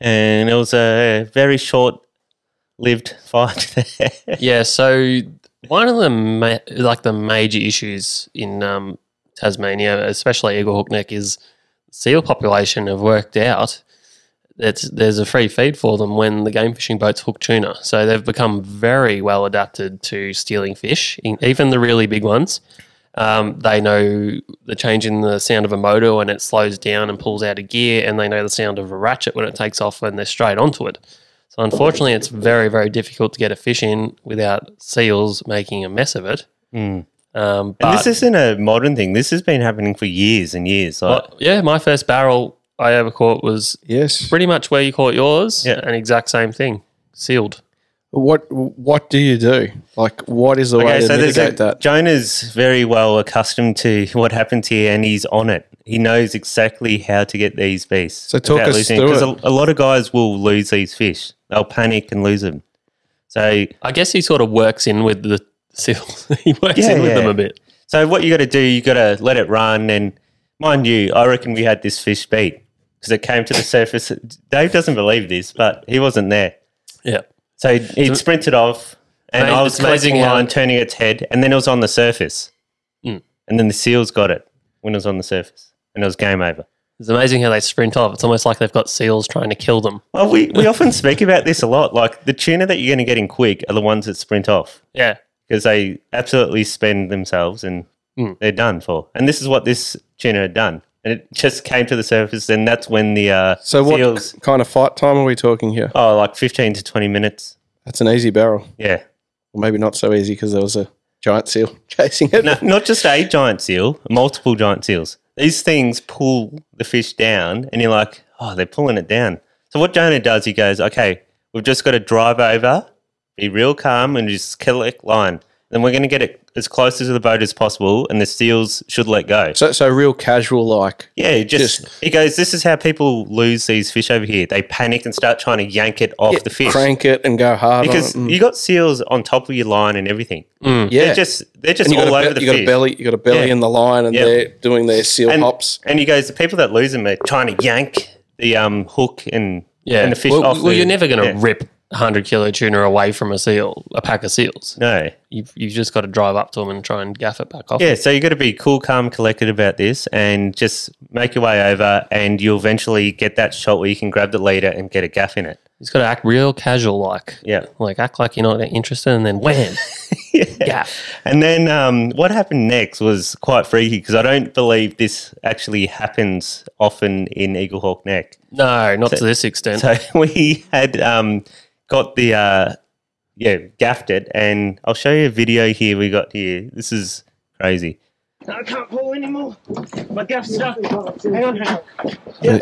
And it was a very short-lived fight. there. Yeah, so one of the ma- like the major issues in um, Tasmania, especially Eagle Hook Neck, is seal population have worked out that there's a free feed for them when the game fishing boats hook tuna. So they've become very well adapted to stealing fish, in, even the really big ones. Um, they know the change in the sound of a motor when it slows down and pulls out of gear, and they know the sound of a ratchet when it takes off when they're straight onto it. So unfortunately, it's very, very difficult to get a fish in without seals making a mess of it. Mm. Um, And but this isn't a modern thing. This has been happening for years and years. Like, Well, Uh, yeah, my first barrel I ever caught was yes. pretty much where you caught yours, Yeah. and exact same thing, sealed. What What do you do? Like, what is the way to there's mitigate a- that? Jonah's very well accustomed to what happens here, and he's on it. He knows exactly how to get these beasts. So talk without us losing through Because it. a, a lot of guys will lose these fish. They'll panic and lose them. So, I guess he sort of works in with the seals. he works Yeah, in with yeah. them a bit. so what you got to do? You got to let it run. And mind you, I reckon we had this fish beat because it came to the surface. Dave doesn't believe this, but he wasn't there. Yeah, So it sprinted off, and Amazing- I was it's amazing collecting how- line, turning its head, and then it was on the surface. Mm. And then the seals got it when it was on the surface, and it was game over. it's amazing how they sprint off. It's almost like they've got seals trying to kill them. Well, we, we often speak about this a lot. Like the tuna that you're going to get in quick are the ones that sprint off Yeah, because they absolutely spend themselves and Mm. they're done for. And this is what this tuna had done. And it just came to the surface, and that's when the uh, So, what seals, k- kind of fight time are we talking here? oh, like 15 to 20 minutes. That's an easy barrel. Yeah. Well, maybe not so easy because there was a giant seal chasing it. no, not just a giant seal, multiple giant seals. These things pull the fish down, and you're like, oh, they're pulling it down. So what Jonah does, he goes, okay, we've just got to drive over, be real calm, and just collect line. Then we're going to get it as close to the boat as possible, and the seals should let go. So, so real casual like. Yeah, he just, he goes, this is how people lose these fish over here. They panic and start trying to yank it off the fish. Crank it and go hard Because on it. Mm. you got seals on top of your line and everything. yeah. They're just they're just and you all got, a be- over the you got a fish. belly, you got a belly Yeah. in the line, and Yeah. they're doing their seal and, hops. And he goes, the people that lose them are trying to yank the um, hook and yeah. and the fish well, off. well, the- you're never going to yeah. rip a hundred kilo tuna away from a seal, a pack of seals. no. You've, you've just got to drive up to them and try and gaff it back off. Yeah, so you got to be cool, calm, collected about this, and just make your way over, and you'll eventually get that shot where you can grab the leader and get a gaff in it. He's got to act real casual like. Yeah. Like act like you're not interested and then wham. yeah. And then um, what happened next was quite freaky because I don't believe this actually happens often in Eagle Hawk Neck. No, not to this extent. So we had um, got the uh, yeah gaffed it, and I'll show you a video here we got here. This is crazy. I can't pull anymore. My gaff's stuck. Hang on, hang on.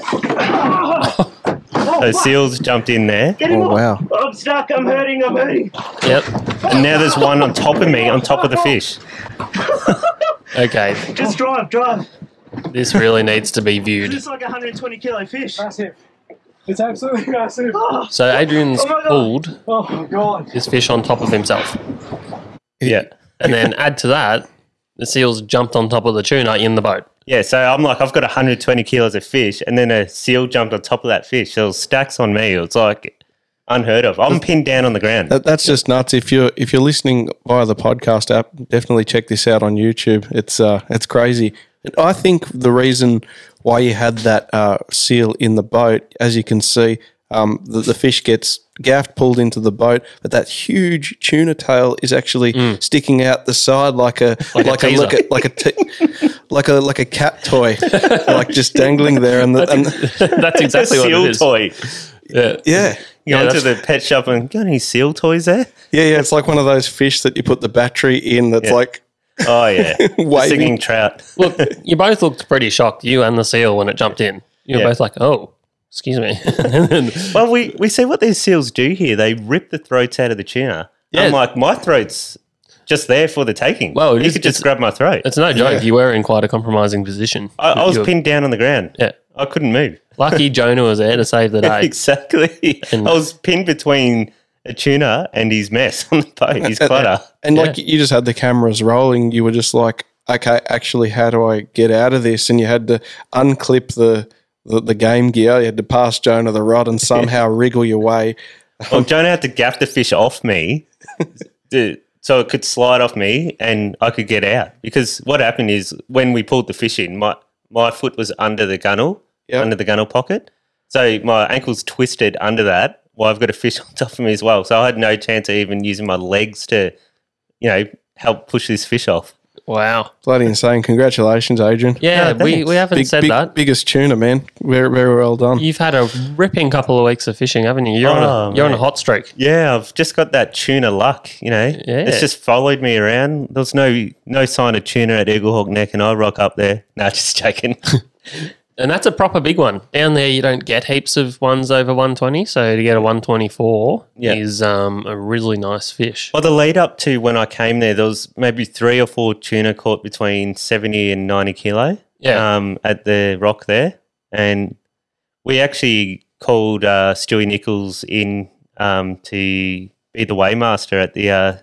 Oh, So seals jumped in there, Get him Oh, off. wow. I'm stuck. I'm hurting. I'm hurting. yep. and now there's one on top of me, on top of the fish. Okay. Just drive, drive. This really needs to be viewed. It's like a 120 kilo fish. Massive. It's absolutely massive. Oh, So Adrian's Oh my God. pulled Oh my god. this fish on top of himself. Yeah, And then add to that, the seals jumped on top of the tuna in the boat. yeah. So I'm like, I've got 120 kilos of fish, and then a seal jumped on top of that fish. So it was stacks on me. It was like unheard of. I'm pinned down on the ground. That, that's just nuts. If you're if you're listening via the podcast app, definitely check this out on YouTube. It's uh, it's crazy. And I think the reason why you had that uh, seal in the boat, as you can see, Um, the, the fish gets gaffed, pulled into the boat, but that huge tuna tail is actually sticking out the side like a like, a, Mm. Like a like a like a t- like a like a cat toy, like just dangling there. And, the, and the- That's It's a exactly what seal it is. toy. Yeah. yeah, You Yeah, go into the that's- pet shop and got any seal toys there? yeah, yeah. It's like one of those fish that you put the battery in. That's Yeah. like Oh yeah, Waving. singing trout. Look, you both looked pretty shocked, you and the seal, when it jumped in. You were Yeah. both like, oh, excuse me. Well, we we see what these seals do here. They rip the throats out of the tuna. Yeah. I'm like, my throat's just there for the taking. Well, it you is- could just it's- grab my throat. it's no joke. You were in quite a compromising position. I, I was You were- pinned down on the ground. Yeah. I couldn't move. Lucky Jonah was there to save the day. exactly. And- I was pinned between a tuna and his mess on the boat, his clutter. and like you just had the cameras rolling. You were just like, okay, actually, how do I get out of this? And you had to unclip the the, the game gear. You had to pass Jonah the rod and somehow wriggle your way. Well, Jonah had to gaff the fish off me to- so it could slide off me and I could get out. Because what happened is when we pulled the fish in, my, my foot was under the gunnel, Yep. under the gunnel pocket. So my ankle's twisted under that while I've got a fish on top of me as well. So I had no chance of even using my legs to, you know, help push this fish off. Wow. Bloody insane! Congratulations, Adrian. Yeah, No, we, thanks. we haven't said big, that. biggest tuna, man. Very, very well done. You've had a ripping couple of weeks of fishing, haven't you? You're, on, Oh, a, you're on a mate. hot streak. Yeah, I've just got that tuna luck, you know. Yeah. It's just followed me around. There was no no sign of tuna at Eaglehawk Neck and I rock up there. Nah, just joking. And that's a proper big one. Down there, you don't get heaps of ones over 120. So to get a 124 Yeah. is um, a really nice fish. well, the lead up to when I came there, there was maybe three or four tuna caught between 70 and 90 kilo Yeah. um, at the rock there. And we actually called uh, Stewie Nichols in um, to be the weighmaster at the uh,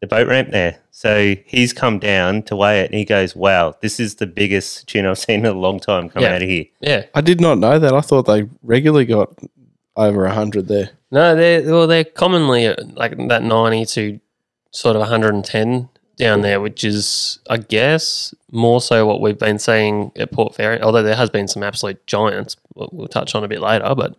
the boat ramp there. So he's come down to weigh it, and he goes, "Wow, this is the biggest tuna I've seen in a long time come Yeah. out of here." yeah. I did not know that. I thought they regularly got over hundred there. No, they're well, they're commonly uh, like that ninety to sort of one hundred and ten down there, which is, I guess, more so what we've been seeing at Port Fairy. Although there has been some absolute giants, we'll, we'll touch on a bit later. But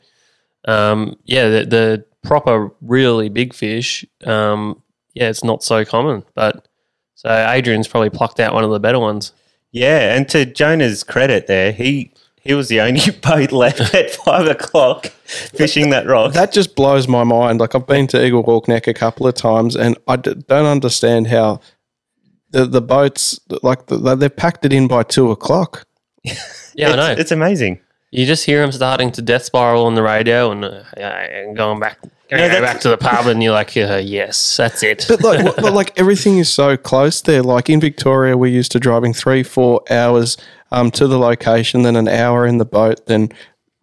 um, yeah, the, the proper really big fish, um, yeah, it's not so common. But so Adrian's probably plucked out one of the better ones. Yeah, and to Jonah's credit, there he he was the only boat left at five o'clock fishing that rock. That just blows my mind. Like I've been to Eagle Hawk Neck a couple of times, and I d- don't understand how the the boats like the, they've packed it in by two o'clock. Yeah, it's, I know. it's amazing. You just hear him starting to death spiral on the radio and, uh, and going back, that's- back to the pub, and you're like, uh, yes, that's it. But like, what- but like everything is so close there. Like in Victoria, we're used to driving three, four hours um, to the location, then an hour in the boat, then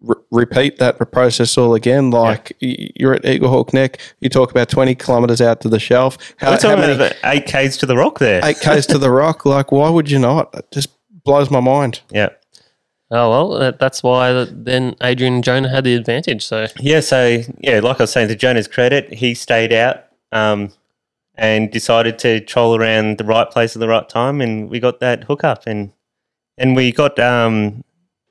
re- repeat that process all again. Like y- you're at Eagle Hawk Neck, you talk about twenty kilometres out to the shelf. How, We're Uh, how talking many about eight k's to the rock there. eight k's to the rock? Like, why would you not? It just blows my mind. Yeah. oh, well, that, that's why that then Adrian and Jonah had the advantage. So, Yeah, so yeah, like I was saying, to Jonah's credit, he stayed out um, and decided to troll around the right place at the right time, and we got that hookup, and and we got um,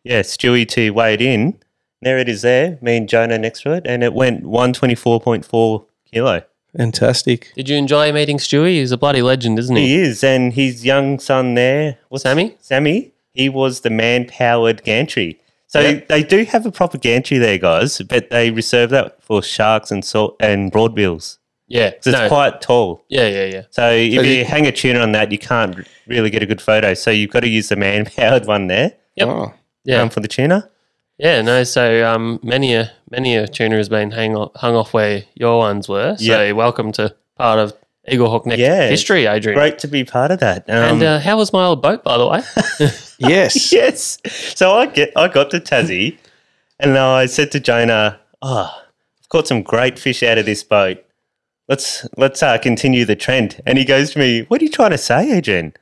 yeah Stewie to weigh it in. There it is, there, me and Jonah next to it, and it went one twenty four point four kilo. Fantastic. did you enjoy meeting Stewie? He's a bloody legend, Hmm. isn't he? He is, and his young son there, what's Sammy? Sammy, he was the man powered gantry. So Yep. they do have a proper gantry there, guys, but they reserve that for sharks and salt and broadbills. Yeah. 'Cause no, it's quite tall. yeah, yeah, yeah. So if So you, you- hang a tuna on that, you can't r- really get a good photo. So you've got to use the man powered one there Yep. Oh. Yeah. um, for the tuna. yeah, no, so um, many a many a tuner has been hang o- hung off where your ones were. So, Yeah. welcome to part of Eagle Hawk Neck Yeah. history, Adrian. Great to be part of that. Um, And uh, how was my old boat, by the way? Yes. yes. So I get I got to Tassie and I said to Jonah, Oh, I've caught some great fish out of this boat. Let's let's uh, continue the trend. And he goes to me, What are you trying to say, Adrian?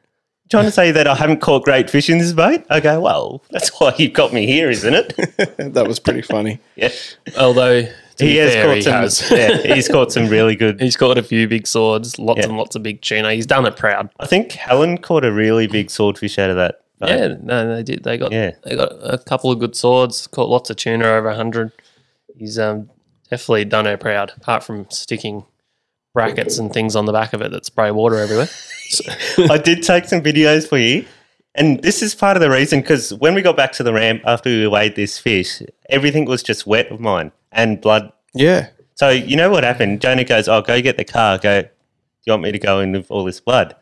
Trying to say that I haven't caught great fish in this boat? I go, Well, that's why you got me here, isn't it? that was pretty funny. yeah. Although, to He be has fair, caught he some has. yeah, he's caught some really good He's caught a few big swords, lots Yeah. and lots of big tuna. He's done it proud. I think Helen caught a really big swordfish out of that. boat. Yeah, no, they did. They got Yeah. they got a couple of good swords. Caught lots of tuna over hundred. he's um, definitely done her proud. Apart from sticking brackets and things on the back of it that spray water everywhere. I did take some videos for you. And this is part of the reason because when we got back to the ramp after we weighed this fish, everything was just wet of mine and blood. Yeah. So you know what happened? Jonah goes, "Oh, go get the car. Go. Do you want me to go in with all this blood?"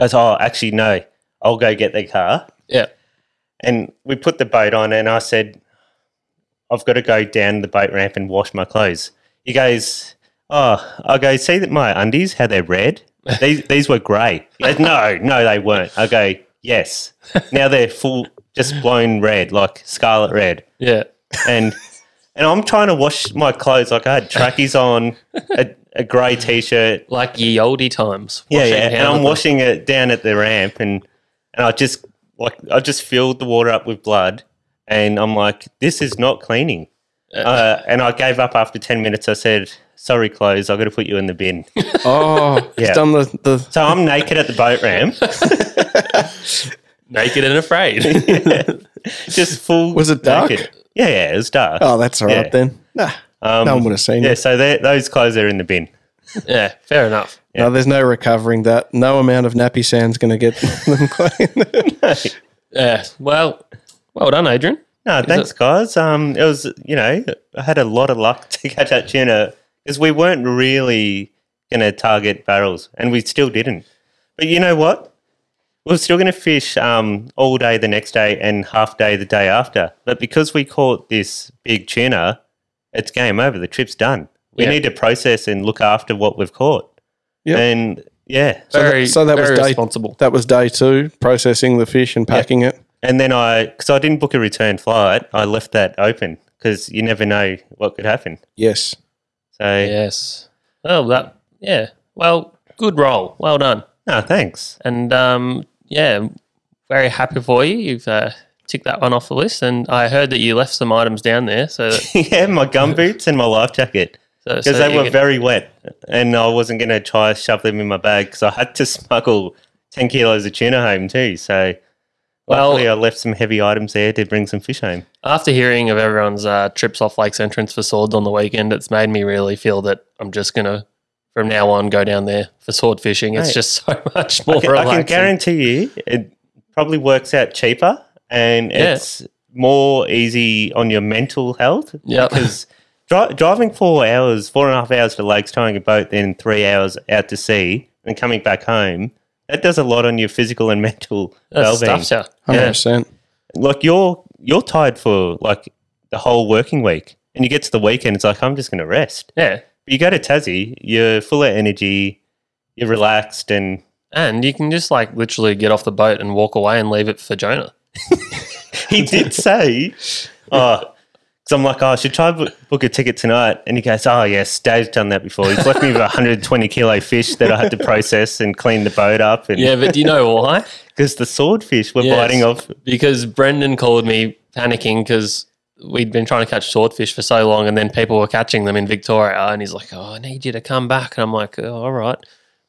Goes, "Oh, actually, no. I'll go get the car." Yeah. And we put the boat on, and I said, I've got to go down the boat ramp and wash my clothes. He goes, Oh, I go, see that my undies, how they're red? These, these were grey. He goes, No, no, they weren't. I go, Yes. Now they're full, just blown red, like scarlet red. Yeah. And and I'm trying to wash my clothes. Like I had trackies on, a, a grey t shirt, Like ye olde times. yeah, Washing yeah. down And I'm with the- washing it down at the ramp, and and I just like I just filled the water up with blood, and I'm like, this is not cleaning. Uh, and I gave up after ten minutes. I said, sorry, clothes. I've got to put you in the bin. Oh, Yeah. it's done the, the so I'm naked at the boat ramp, naked and afraid. just full. Was it dark? naked. Yeah, yeah, it was dark. Oh, that's all right Yeah. then. Nah, Um, no one would have seen Yeah, it. so they're- those clothes are in the bin. yeah, fair enough. No, there's no recovering that. No amount of nappy sand's going to get them clean. Yeah. Well, well done, Adrian. No, thanks, it- guys. Um, it was you know I had a lot of luck to catch that tuna because we weren't really going to target barrels, and we still didn't. But you know what? We were still going to fish um, all day the next day and half day the day after. But because we caught this big tuna, it's game over. The trip's done. We Yeah. need to process and look after what we've caught. Yep. And yeah, So that- Very, so that was very day- responsible. that was day two, processing the fish and packing it. And then I, because I didn't book a return flight, I left that open because you never know what could happen. Yes. So Yes. Well, that yeah. Well, good roll. Well done. No, Ah, thanks. And um, yeah, very happy for you. You've uh, ticked that one off the list. And I heard that you left some items down there, so that, yeah, my gum boots and my life jacket so, so because that they you were get- very wet, and I wasn't going to try shove them in my bag because I had to smuggle ten kilos of tuna home too. So. Well- luckily, I left some heavy items there to bring some fish home. after hearing of everyone's uh, trips off Lake's entrance for swords on the weekend. It's made me really feel that I'm just gonna from now on go down there for sword fishing. It's Mate, just so much I more can, I can relaxing. guarantee you it probably works out cheaper and Yeah. it's more easy on your mental health. Yep. Because dri- driving four hours, four and a half hours to lakes, towing a boat, then three hours out to sea and coming back home, that does a lot on your physical and mental That well being. stuffs ya. 100%. Like you're you're tired for like the whole working week. And you get to the weekend, it's like I'm just gonna rest. Yeah. But you go to Tassie, you're full of energy, you're relaxed and And you can just like literally get off the boat and walk away and leave it for Jonah. he did say, oh, 'cause I'm like, oh, I should try book, book a ticket tonight. And he goes, oh, yes, Dave's done that before. He's left me with a 120 kilo fish that I had to process and clean the boat up. And Yeah, but do you know why? because the swordfish were Yes. biting off. because Brendan called me panicking because we'd been trying to catch swordfish for so long and then people were catching them in Victoria and he's like, Oh, I need you to come back. And I'm like, oh, All right.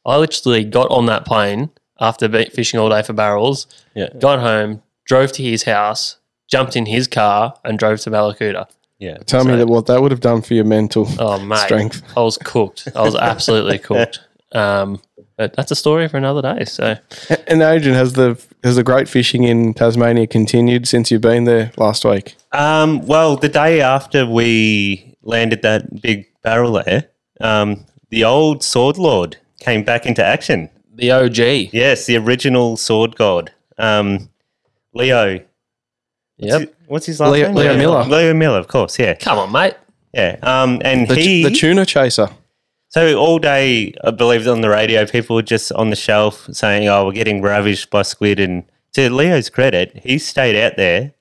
I literally got on that plane after be- fishing all day for barrels, Yeah. got home, drove to his house, jumped in his car, and drove to Malakuta. Yeah. Tell me that what that would have done for your mental. Oh, mate. Strength. I was cooked. I was absolutely cooked. Um, but that's a story for another day. So, A- And Adrian, has the has the great fishing in Tasmania continued since you've been there last week? Um, well, the day after we landed that big barrel there, um, the old sword lord came back into action. the OG. Yes, the original sword god. Um, Leo. Yep. What's his last Leo- name? Leo Miller. Leo Miller, of course, yeah. Come on, mate. Yeah. Um, and The, he the tuna chaser. So all day, I believe on the radio, people were just on the shelf saying, "Oh, we're getting ravished by squid." And to Leo's credit, he stayed out there.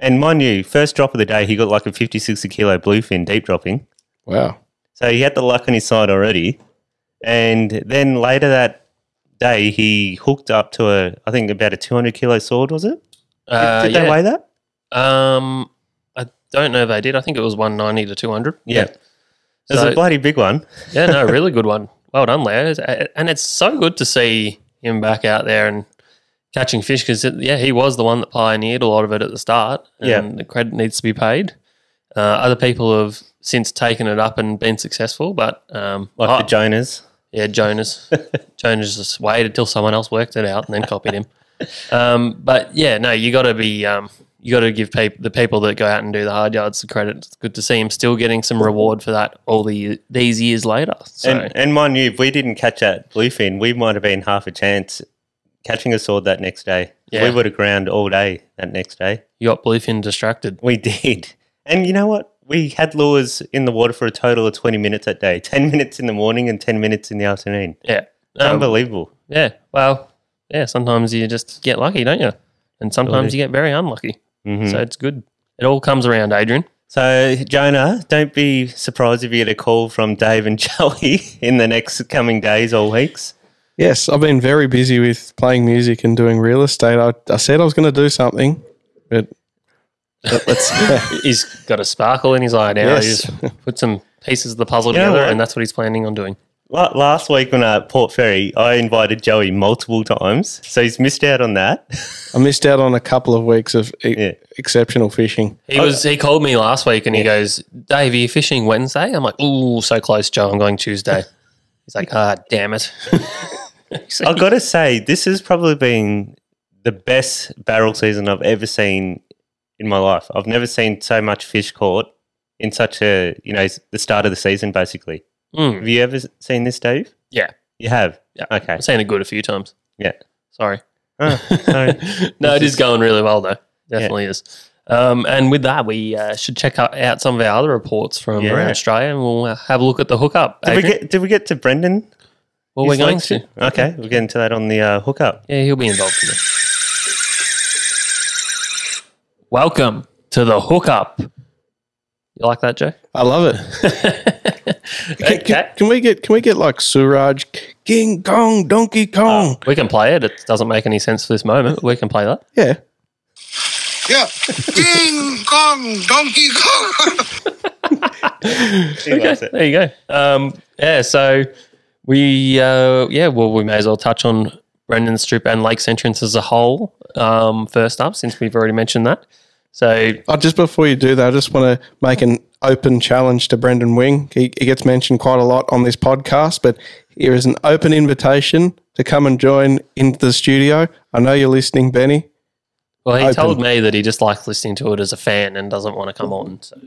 And mind you, first drop of the day, he got like a 50, 60 kilo bluefin deep dropping. Wow. So he had the luck on his side already. And then later that day, he hooked up to a, I think about a 200 kilo sword, was it? Uh, Did yeah. they weigh that? Um, I don't know if they did. I think it was 190 to 200. Yeah. It was So- a bloody big one. Yeah, no, really good one. Well done, Leo. It's- a- And it's so good to see him back out there and catching fish because, yeah, he was the one that pioneered a lot of it at the start. And Yeah. the credit needs to be paid. Uh, other people have since taken it up and been successful. But um, like I- the Jonas. yeah, Jonas. Jonas just waited till someone else worked it out and then copied him. Um, but yeah, no, you got to be, um, you got to give peop the people that go out and do the hard yards the credit. It's good to see him still getting some reward for that all the these years later. So And, and mind you, if we didn't catch that bluefin, we might have been half a chance catching a sword that next day. Yeah. We would have ground all day that next day. you got Bluefin distracted. We did. And you know what? We had lures in the water for a total of 20 minutes that day 10 minutes in the morning and 10 minutes in the afternoon. Yeah, Um, Unbelievable. yeah. Well, yeah. Sometimes you just get lucky, don't you? And sometimes do. you get very unlucky. Mhm. So it's good. It all comes around, Adrian. So, Jonah, don't be surprised if you get a call from Dave and Joey in the next coming days or weeks. Yes, I've been very busy with playing music and doing real estate. I, I said I was going to do something, but but let's. He's got a sparkle in his eye now. Yes. He's put some pieces of the puzzle You know together, what? and that's what he's planning on doing. La- Last week when at Port Ferry, I invited Joey multiple times. So, he's missed out on that. I missed out on a couple of weeks of e- Yeah. exceptional fishing. He was. He called me last week and he goes, "Dave, are you fishing Wednesday?" I'm like, "Ooh, so close, Joe. I'm going Tuesday." He's like, "Ah, damn it." He's like, I've got to say, this has probably been the best barrel season I've ever seen in my life. I've never seen so much fish caught in such a, you know, s- the start of the season, basically. "Mm, Have you ever s- seen this, Dave? yeah, You have? Yeah. Okay. I've seen it good a few times. Yeah. Sorry. Oh, sorry. no, it is going really well though. Definitely is. Um, and with that, we uh, should check out, out some of our other reports from Yeah. around Australia, and we'll uh, have a look at the hookup. Did we, Adrian. get, did we get to Brendan? well, we're His going links? to. Okay, we'll get into that on the uh, hookup. Yeah, he'll be involved in this. Welcome to the hookup. You like that, Joe? I love it. Can, can- okay. can we get can we get like Suraj King Kong Donkey Kong? Ah. We can play it. It doesn't make any sense for this moment. We can play that. yeah. Yeah. Ding Kong Donkey Kong. He likes it. There you go. Um, yeah, so we, uh, yeah, well, we may as well touch on Brendan's Strip and Lake's entrance as a whole um, first up, since we've already mentioned that. So, Oh, just before you do that, I just want to make an open challenge to Brendan Wing. He, he gets mentioned quite a lot on this podcast, but here is an open invitation to come and join into the studio. I know you're listening, Benny. well, he Open. told me that he just likes listening to it as a fan and doesn't want to come on. So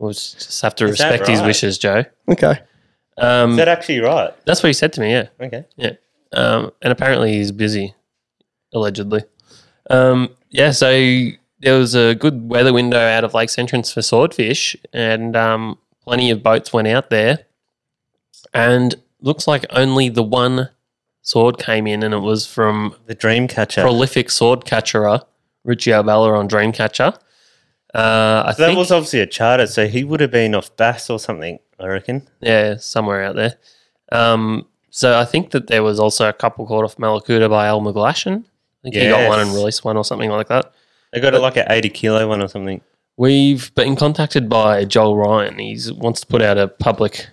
we'll just have to Is that respect his right? wishes, Joe. Okay. Um, Is that actually right? That's what he said to me. Yeah, Okay. yeah. Um, and apparently he's busy, allegedly. Um, yeah. So there was a good weather window out of Lake's entrance for swordfish, and um, plenty of boats went out there. And looks like only the one sword came in, and it was from The dream catcher. prolific sword catcher Richie Albella on Dreamcatcher. Uh, I So that think was obviously a charter, so he would have been off Bass or something, I reckon. Yeah, somewhere out there. Um, so I think that there was also a couple caught off Malakuta by Al McGlashan. I think he got Yes. one and released one or something like that. They got like an 80 kilo one or something. We've been contacted by Joel Ryan. He wants to put out a public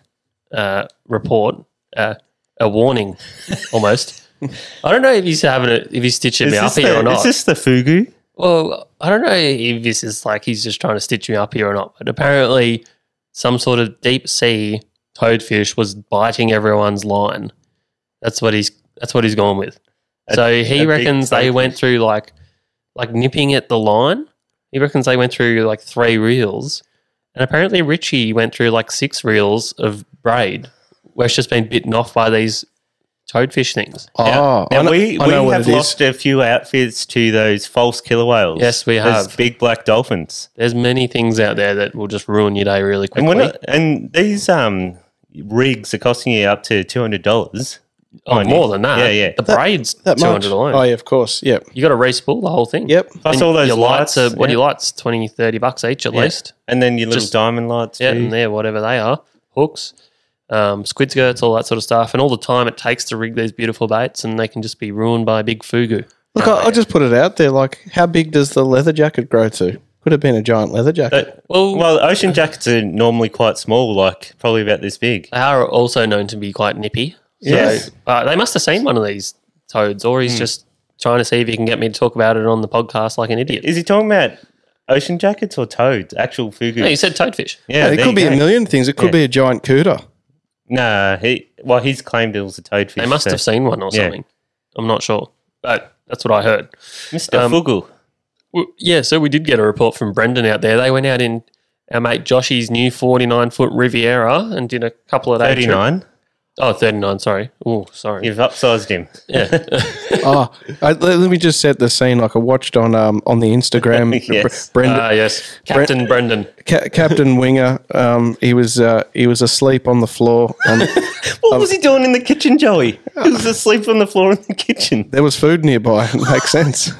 uh, report, uh, a warning almost. I don't know if he's having it, if he's stitching me up this here the, or not. Is this the fugu? Well, I don't know if this is like he's just trying to stitch me up here or not, but apparently, some sort of deep sea toadfish was biting everyone's line. That's what he's that's what he's gone with. A- so a he big reckons they toadfish. went through like like nipping at the line. He reckons they went through like three reels, and apparently Richie went through like six reels of braid, where it's just been bitten off by these toadfish things. Oh, Now, I know, we, I we know what have it is. lost a few outfits to those false killer whales. Yes, we Those have. big black dolphins. There's many things out there that will just ruin your day really And quickly. when it- and these um rigs are costing you up to two hundred dollars. Oh, Tiny. more than that. Yeah, yeah. The braid's That two much. hundred alone. Oh, yeah, of course. Yep. You got to respool the whole thing. Yep. Plus And all those your lights. lights, are what yeah. are your lights? 20, 30 bucks each at Yeah. least. And then your little Just- diamond lights. Yeah, too. and they're whatever they are, hooks, um, squid skirts, all that sort of stuff, and all the time it takes to rig these beautiful baits, and they can just be ruined by a big fugu. Look, I, I'll just put it out there. Like, how big does the leather jacket grow to? Could have been a giant leather jacket. But- Well, well, ocean jackets are normally quite small, like probably about this big. they are also known to be quite nippy. So, Yes. uh, they must have seen one of these Hmm. toads, or he's just trying to see if he can get me to talk about it on the podcast like an idiot. Is he talking about Ocean jackets or toads? Actual fugu. No, you said toadfish. yeah, it there could be you a go. million things. It could Yeah. be a giant cooter. Nah, he well, he's claimed it was a toadfish. They must so- have seen one or yeah. something. I'm not sure, but that's what I heard. Mr. um, Fugu. Well, yeah, so we did get a report from Brendan out there. They went out in our mate Joshy's new 49 foot Riviera and did a couple of days. 39. Oh, 39, sorry. Oh, sorry. You've upsized him. Yeah. oh, I, let, let me just set the scene. Like I watched on um, on the Instagram, Yes. Br- Brendan, Ah, yes. Captain Brendan. Ca- Captain Winger. Um, he was uh, he was asleep on the floor. On, What was he doing in the kitchen, Joey? He was asleep on the floor in the kitchen. there was food nearby. Makes sense.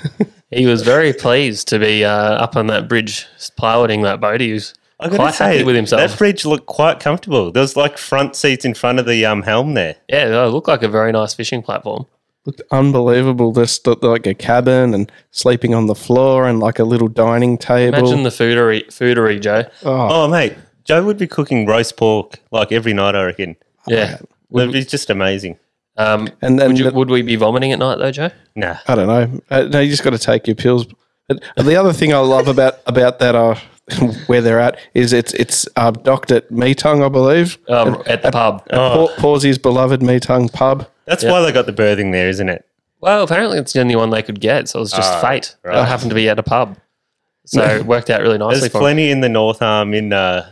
He was very pleased to be uh, up on that bridge piloting that boat. He was I gotta quite say, happy with himself. that bridge looked quite comfortable. There was like front seats in front of the um, helm there. yeah, it looked like a very nice fishing platform. Looked unbelievable. This th- like a cabin and sleeping on the floor and like a little dining table. Imagine the foodery, foodery Joe. oh, Oh, mate, Joe would be cooking roast pork like every night, I reckon. Yeah. It'd be just amazing. Um, and then would, you, the- would we be vomiting at night though, Joe? Nah. I don't know. Uh, no, you just got to take your pills. But the other thing I love about about that uh, where they're at is it's it's uh, docked at Meetung, I believe. Um, at the pub. Pa- Pawsey's beloved Meetung pub. That's why they got the birthing there, isn't it? Well, apparently it's the only one they could get, so it was just fate. right. It happened to be at a pub, so it worked out really nicely There's for them. plenty in the North Arm in uh,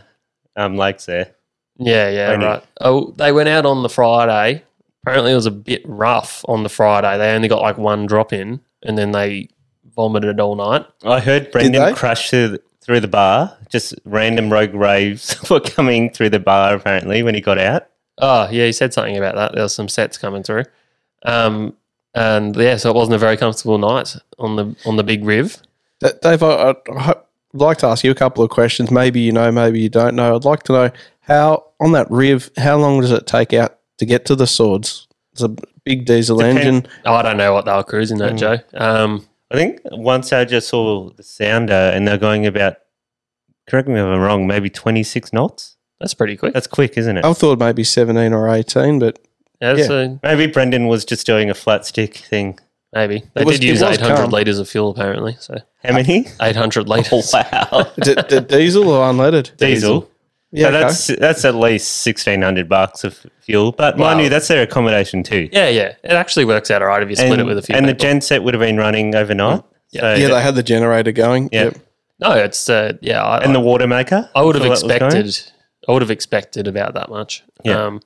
um, lakes there. Yeah, yeah, plenty. right. Oh, they went out on the Friday. Apparently, it was a bit rough on the Friday. They only got like one drop in, and then they vomited all night. I heard they? Brendan crash through the, through the bar. Just random rogue raves were coming through the bar apparently when he got out. Oh, yeah, he said something about that. There was some sets coming through, um, and yeah, so it wasn't a very comfortable night on the on the big riv. D- Uh, Dave, I, I'd ho- like to ask you a couple of questions. Maybe you know, maybe you don't know. I'd like to know how on that riv, how long does it take out to get to the swords? It's a big diesel Depend- engine. Oh, I don't know what they were cruising that, Joe. Um, I think once I just saw the sounder and they're going about, correct me if I'm wrong, maybe 26 knots. that's pretty quick. That's quick, isn't it? Oh. I thought maybe seventeen or eighteen, but Yeah, that's yeah. a- Maybe Brendan was just doing a flat stick thing. Maybe they It was- did use it was eight hundred calm. liters of fuel apparently. So How many? eight hundred Oh, liters. wow. is it d- diesel or unleaded? Diesel. Yeah, so that's that's at least 1600 bucks of fuel. But mind Wow. you, that's their accommodation too. Yeah, yeah. It actually works out all right if you split and it with a few. and the people. gen set would have been running overnight. Yeah. okay. yeah, they had the generator going. Yeah. no, it's uh, yeah. I, and the water maker. I would have So that was going. expected. I would have expected about that much. Yeah. Um,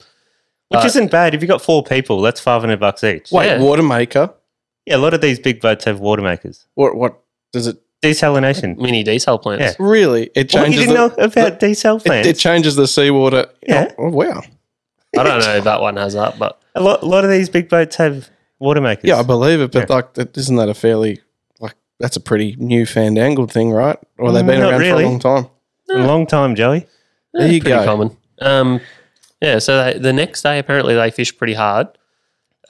Which Uh, isn't bad. If you've got four people, that's 500 bucks each. Wait, Yeah. water maker? Yeah, a lot of these big boats have water makers. What? What does it Desalination. mini diesel plants. Yeah. really? It What, changes. you didn't know the, about desal it, plants? it changes the seawater. Yeah. Oh, wow. I don't know if that one has that, but a, lot, a lot of these big boats have water makers. Yeah, I believe it, but like, that, isn't that a fairly like that's a pretty new fandangled thing, right? Or they've been Not around for really. a long time. a long time, Joey. There you pretty go. common. Um, yeah. So they, the next day, apparently, they fished pretty hard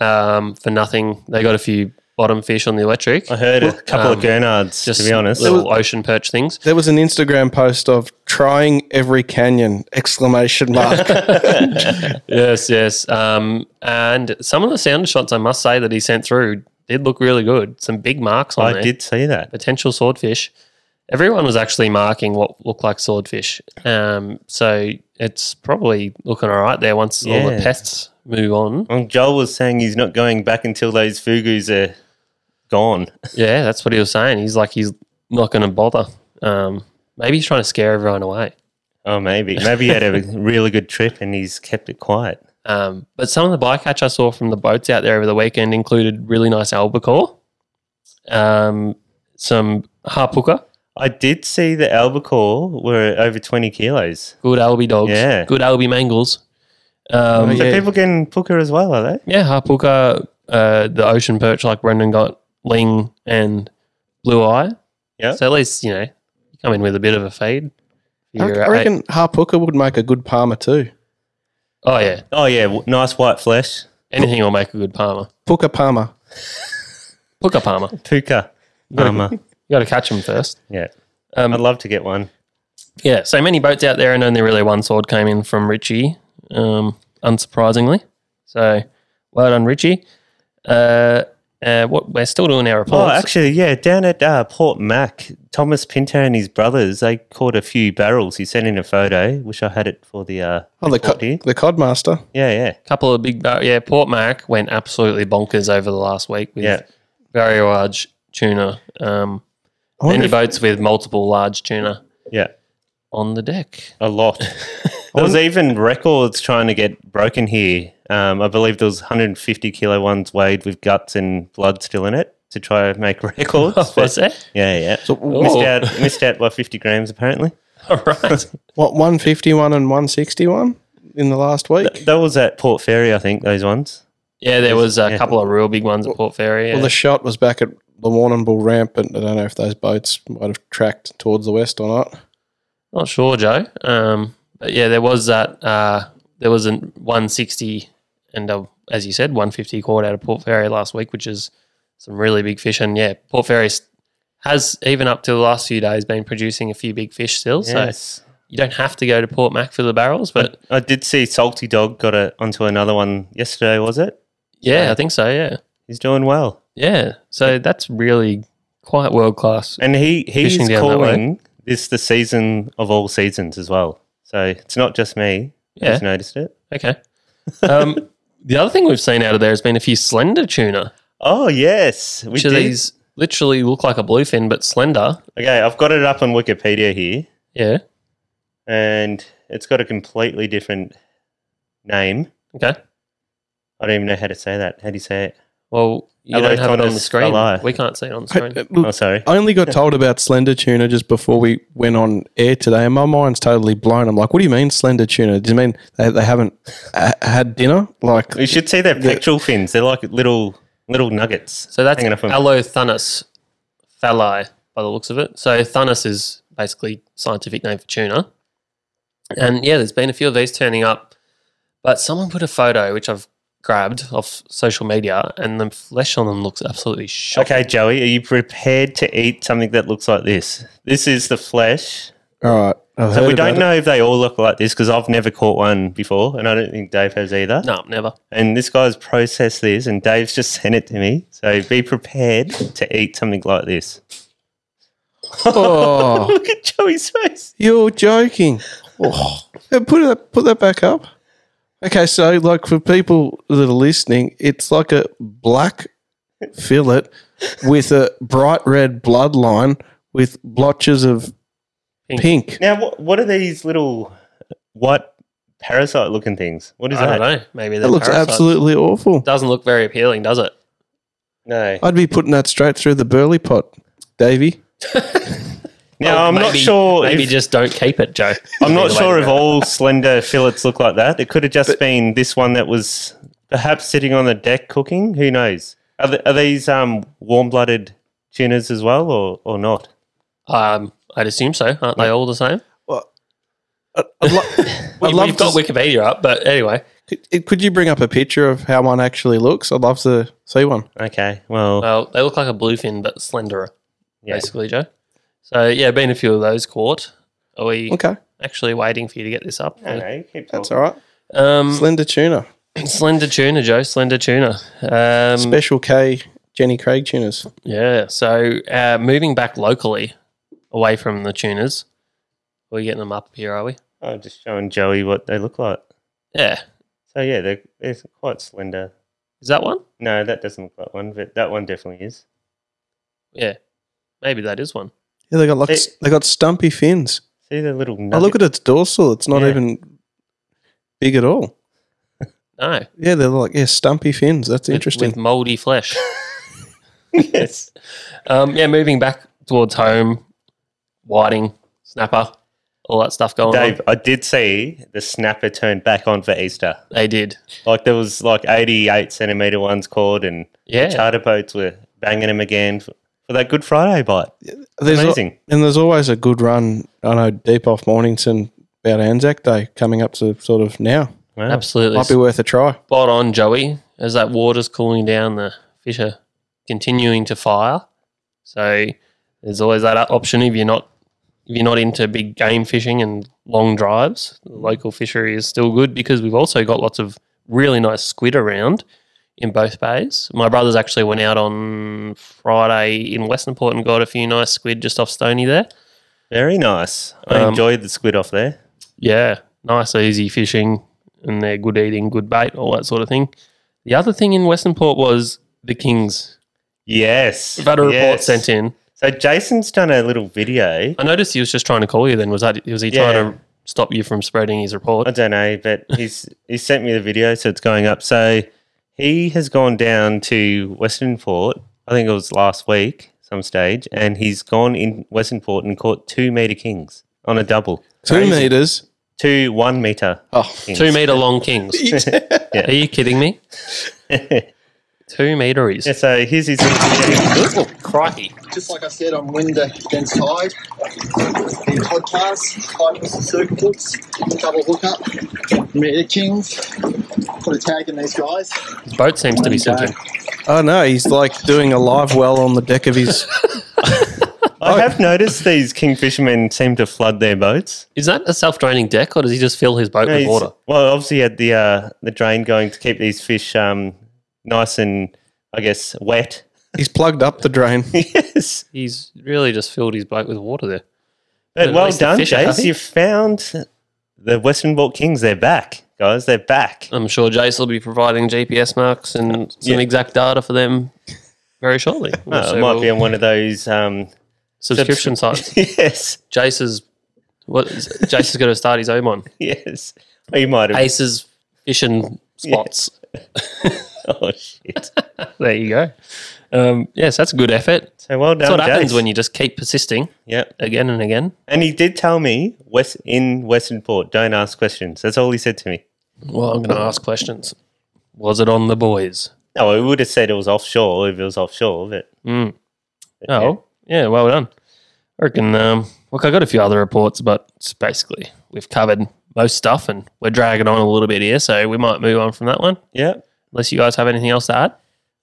um, for nothing. They got a few bottom fish on the electric. I heard a couple um, of gurnards, Just to Uh, be honest. little ocean perch things. There was an Instagram post of trying every canyon exclamation mark. Yes, yes. Um, and some of the sound shots, I must say, that he sent through did look really good. Some big marks on I there. did see that. Potential swordfish. Everyone was actually marking what looked like swordfish. Um, so it's probably looking all right there once all the Yeah. pests move on. Well, Joel was saying he's not going back until those fugus are gone. Yeah, that's what he was saying. He's like, he's not going to bother. Um, maybe he's trying to scare everyone away. Oh, maybe. Maybe he had a really good trip and he's kept it quiet. Um, but some of the bycatch I saw from the boats out there over the weekend included really nice albacore, um, some harpooker, I did see the albacore were over 20 kilos. good alby dogs, Yeah. good alby mangles. Um, Oh, So yeah. people can book her as well, are they? yeah, harpooker, uh, the ocean perch like Brendan got, ling and blue eye. Yeah. So at least, you know, you come in with a bit of a fade. I You're I eight- reckon Harpooker would make a good Palmer too. oh, yeah. Oh yeah, w- nice white flesh. Anything will make a good palmer. Pooker Palmer. Pooker palmer. You Puka. Armor. got to catch them first. yeah. Um, I'd love to get one. Yeah, so many boats out there, and only really one sword came in from Richie, um, unsurprisingly. So well done, Richie. Uh, Uh, what we're still doing our Oh, reports. actually, yeah, down at uh, Port Mac, Thomas Pinto and his brothers, they caught a few barrels. He sent in a photo. Wish I had it for the. Uh, Oh, the, co- report here. the Codmaster. Yeah, yeah. couple of big bar- yeah port mac went absolutely bonkers over the last week with Yeah. very large tuna um I wonder many if- boats with multiple large tuna Yeah. on the deck A lot. there was even records trying to get broken here. Um, I believe there was 150 kilo ones weighed with guts and blood still in it to try and make records. Oh, But- was there Yeah, yeah. missed Oh. out, missed out by 50 grams apparently. all right What, 151 and 161 in the last week? That was at Port Fairy, I think. Those ones. yeah there was a Yeah. couple of real big ones at port ferry yeah. Well, the shot was back at the Warrnambool Ramp, and I don't know if those boats might have tracked towards the west or not. not sure joe um but yeah there was that uh there was a 160 and uh, as you said 150 caught out of port ferry last week which is some really big fish and yeah port ferry has even up to the last few days been producing a few big fish still so Yes. you don't have to go to Port Mac for the barrels, but I did see Salty Dog got a, onto another one yesterday. Was it? yeah, I think so. Yeah, He's doing well, yeah. So that's really quite world class. and he he's Fishing down that way. calling this the season of all seasons as well. So it's not just me. Yeah. who's noticed it. Okay. Um, the other thing we've seen out of there has been a few slender tuna, Oh yes, we which are did. these literally look like a bluefin but slender. Okay, I've got it up on Wikipedia here, Yeah. and it's got a completely different name. Okay. I don't even know how to say that. How do you say it? Well, you Hello, don't have it on the Thomas. screen. Hello. We can't see it on the I, screen. Oh, sorry. I only got told about slender tuna just before we went on air today, and my mind's totally blown. I'm like, what do you mean slender tuna? Do you mean they, they haven't uh, had dinner? Like, You should see their pectoral fins. They're like little little nuggets. So that's hanging off 'em. Allothunus phalli by the looks of it. So thunus is basically scientific name for tuna. And yeah, there's been a few of these turning up, but someone put a photo which I've grabbed off social media, and the flesh on them looks absolutely shocking. Okay, Joey, are you prepared to eat something that looks like this? This is the flesh. all right. I've So heard we about don't it. know if they all look like this because I've never caught one before, and I don't think Dave has either. No, never. And this guy's processed this, and Dave's just sent it to me. So be prepared to eat something like this. Oh, Look at Joey's face. you're joking. Oh. Yeah, Put, that, put that back up. Okay, so like for people that are listening, it's like a black fillet with a bright red bloodline with blotches of Pink. pink. Now, what, what are these little white parasite looking things? What is I that? don't know. Maybe That looks absolutely awful. doesn't look very appealing, does it? No. I'd be putting that straight through the burley pot, Davey. Now, Well, I'm not Oh, maybe- sure. Maybe if, just don't keep it, Joe. I'm not Either way sure to if go. all slender fillets look like that. It could have just been this one that was perhaps sitting on the deck cooking. Who knows? Are, th- are these um, warm blooded tunas as well, or, or not? Um, I'd assume so. Aren't they all the same? I'd, I'd lo- We, I'd love we've to. got Wikipedia up, but anyway. could, could you bring up a picture of how one actually looks? I'd love to see one. Okay. Well, Well, they look like a bluefin, but slenderer, Yeah. Uh, basically, Joe. So, yeah, been a few of those caught. Are we Okay, actually waiting for you to get this up? I don't know, you keep that's talking. all right. Um, Slender tuna, slender tuna, Joe. Slender tuna. Um, special K Jenny Craig tunas. yeah. So, uh, moving back locally, away from the tunas. We're getting them up here, are we? I'm just showing Joey what they look like. Yeah. So, yeah, they're, they're quite slender. Is that one? No, that doesn't look like one, but that one definitely is. Yeah. Maybe that is one. Yeah, they got like It- s- they got stumpy fins. See the little nugget? I look at its dorsal; it's not Yeah. even big at all. No. Yeah, they're like yeah, stumpy fins. That's interesting. With, with moldy flesh. yes. um, yeah, moving back towards home, whiting, snapper, all that stuff going Dave, on. I did see the snapper turned back on for Easter. They did. Like there was like 88 centimeter ones caught, and Yeah. charter boats were banging them again for, for that Good Friday bite. There's al- Amazing. and there's always a good run. I know deep off Mornington about Anzac Day coming up to sort of now. Wow. Absolutely. Might be worth a try. Spot on, Joey. As that water's cooling down, the fish are continuing to fire. So there's always that option if you're not if you're not into big game fishing and long drives. The local fishery is still good because we've also got lots of really nice squid around in both bays. My brothers actually went out on Friday in Western Port and got a few nice squid just off Stony there. Very nice. I Um, enjoyed the squid off there. Yeah, nice, easy fishing, and they're good eating, good bait, all that sort of thing. The other thing in Western Port was the Kings. Yes. We've had a report yes. sent in. So Jason's done a little video. I noticed he was just trying to call you. Then was that was he Yeah. trying to stop you from spreading his report? I don't know, but he's he sent me the video, so it's going up. So he has gone down to Western Port. I think it was last week, some stage, and he's gone in Western Port and caught two meter kings on a double, Two meters. two one meter. Oh, Two meter long Kings. Are you kidding me? Two meteries. Yeah, so here's his. video. Crikey. Just like I said on Wind Against Tide, in podcast, five Mr. Circuit Hooks, double hookup, Meter Kings, put a tag in these guys. His boat seems to be sinking. Oh no, he's like doing a live well on the deck of his. I have noticed these king fishermen seem to flood their boats. Is that a self draining deck or does he just fill his boat No, with he's- water? Well, obviously he had the uh, the drain going to keep these fish um, nice and I guess wet. He's plugged up the drain. yes. He's really just filled his boat with water there. But At well least the done, fish are Jace. happy. You found the Western Bolt Kings. They're back, guys. They're back. I'm sure Jace will be providing GPS marks and some Yeah. exact data for them very shortly. Uh, So it might we'll- be on one of those. Um, subscription sites. yes, Jace is what is- Jace is going to start his own one. yes. Or you might have. Ace's fishing spots. Oh shit! There you go. Um, yes, that's a good effort. So well That's done, what Jace. happens when you just keep persisting Yep. again and again. And he did tell me West in Western Port, don't ask questions. That's all he said to me. Well, I'm going to ask questions. Was it on the boys? No, I would have said it was offshore if it was offshore, but Oh, yeah. Well done. I reckon. Um, look, I got a few other reports, but it's basically we've covered most stuff, and we're dragging on a little bit here, so we might move on from that one. yeah. Unless you guys have anything else to add.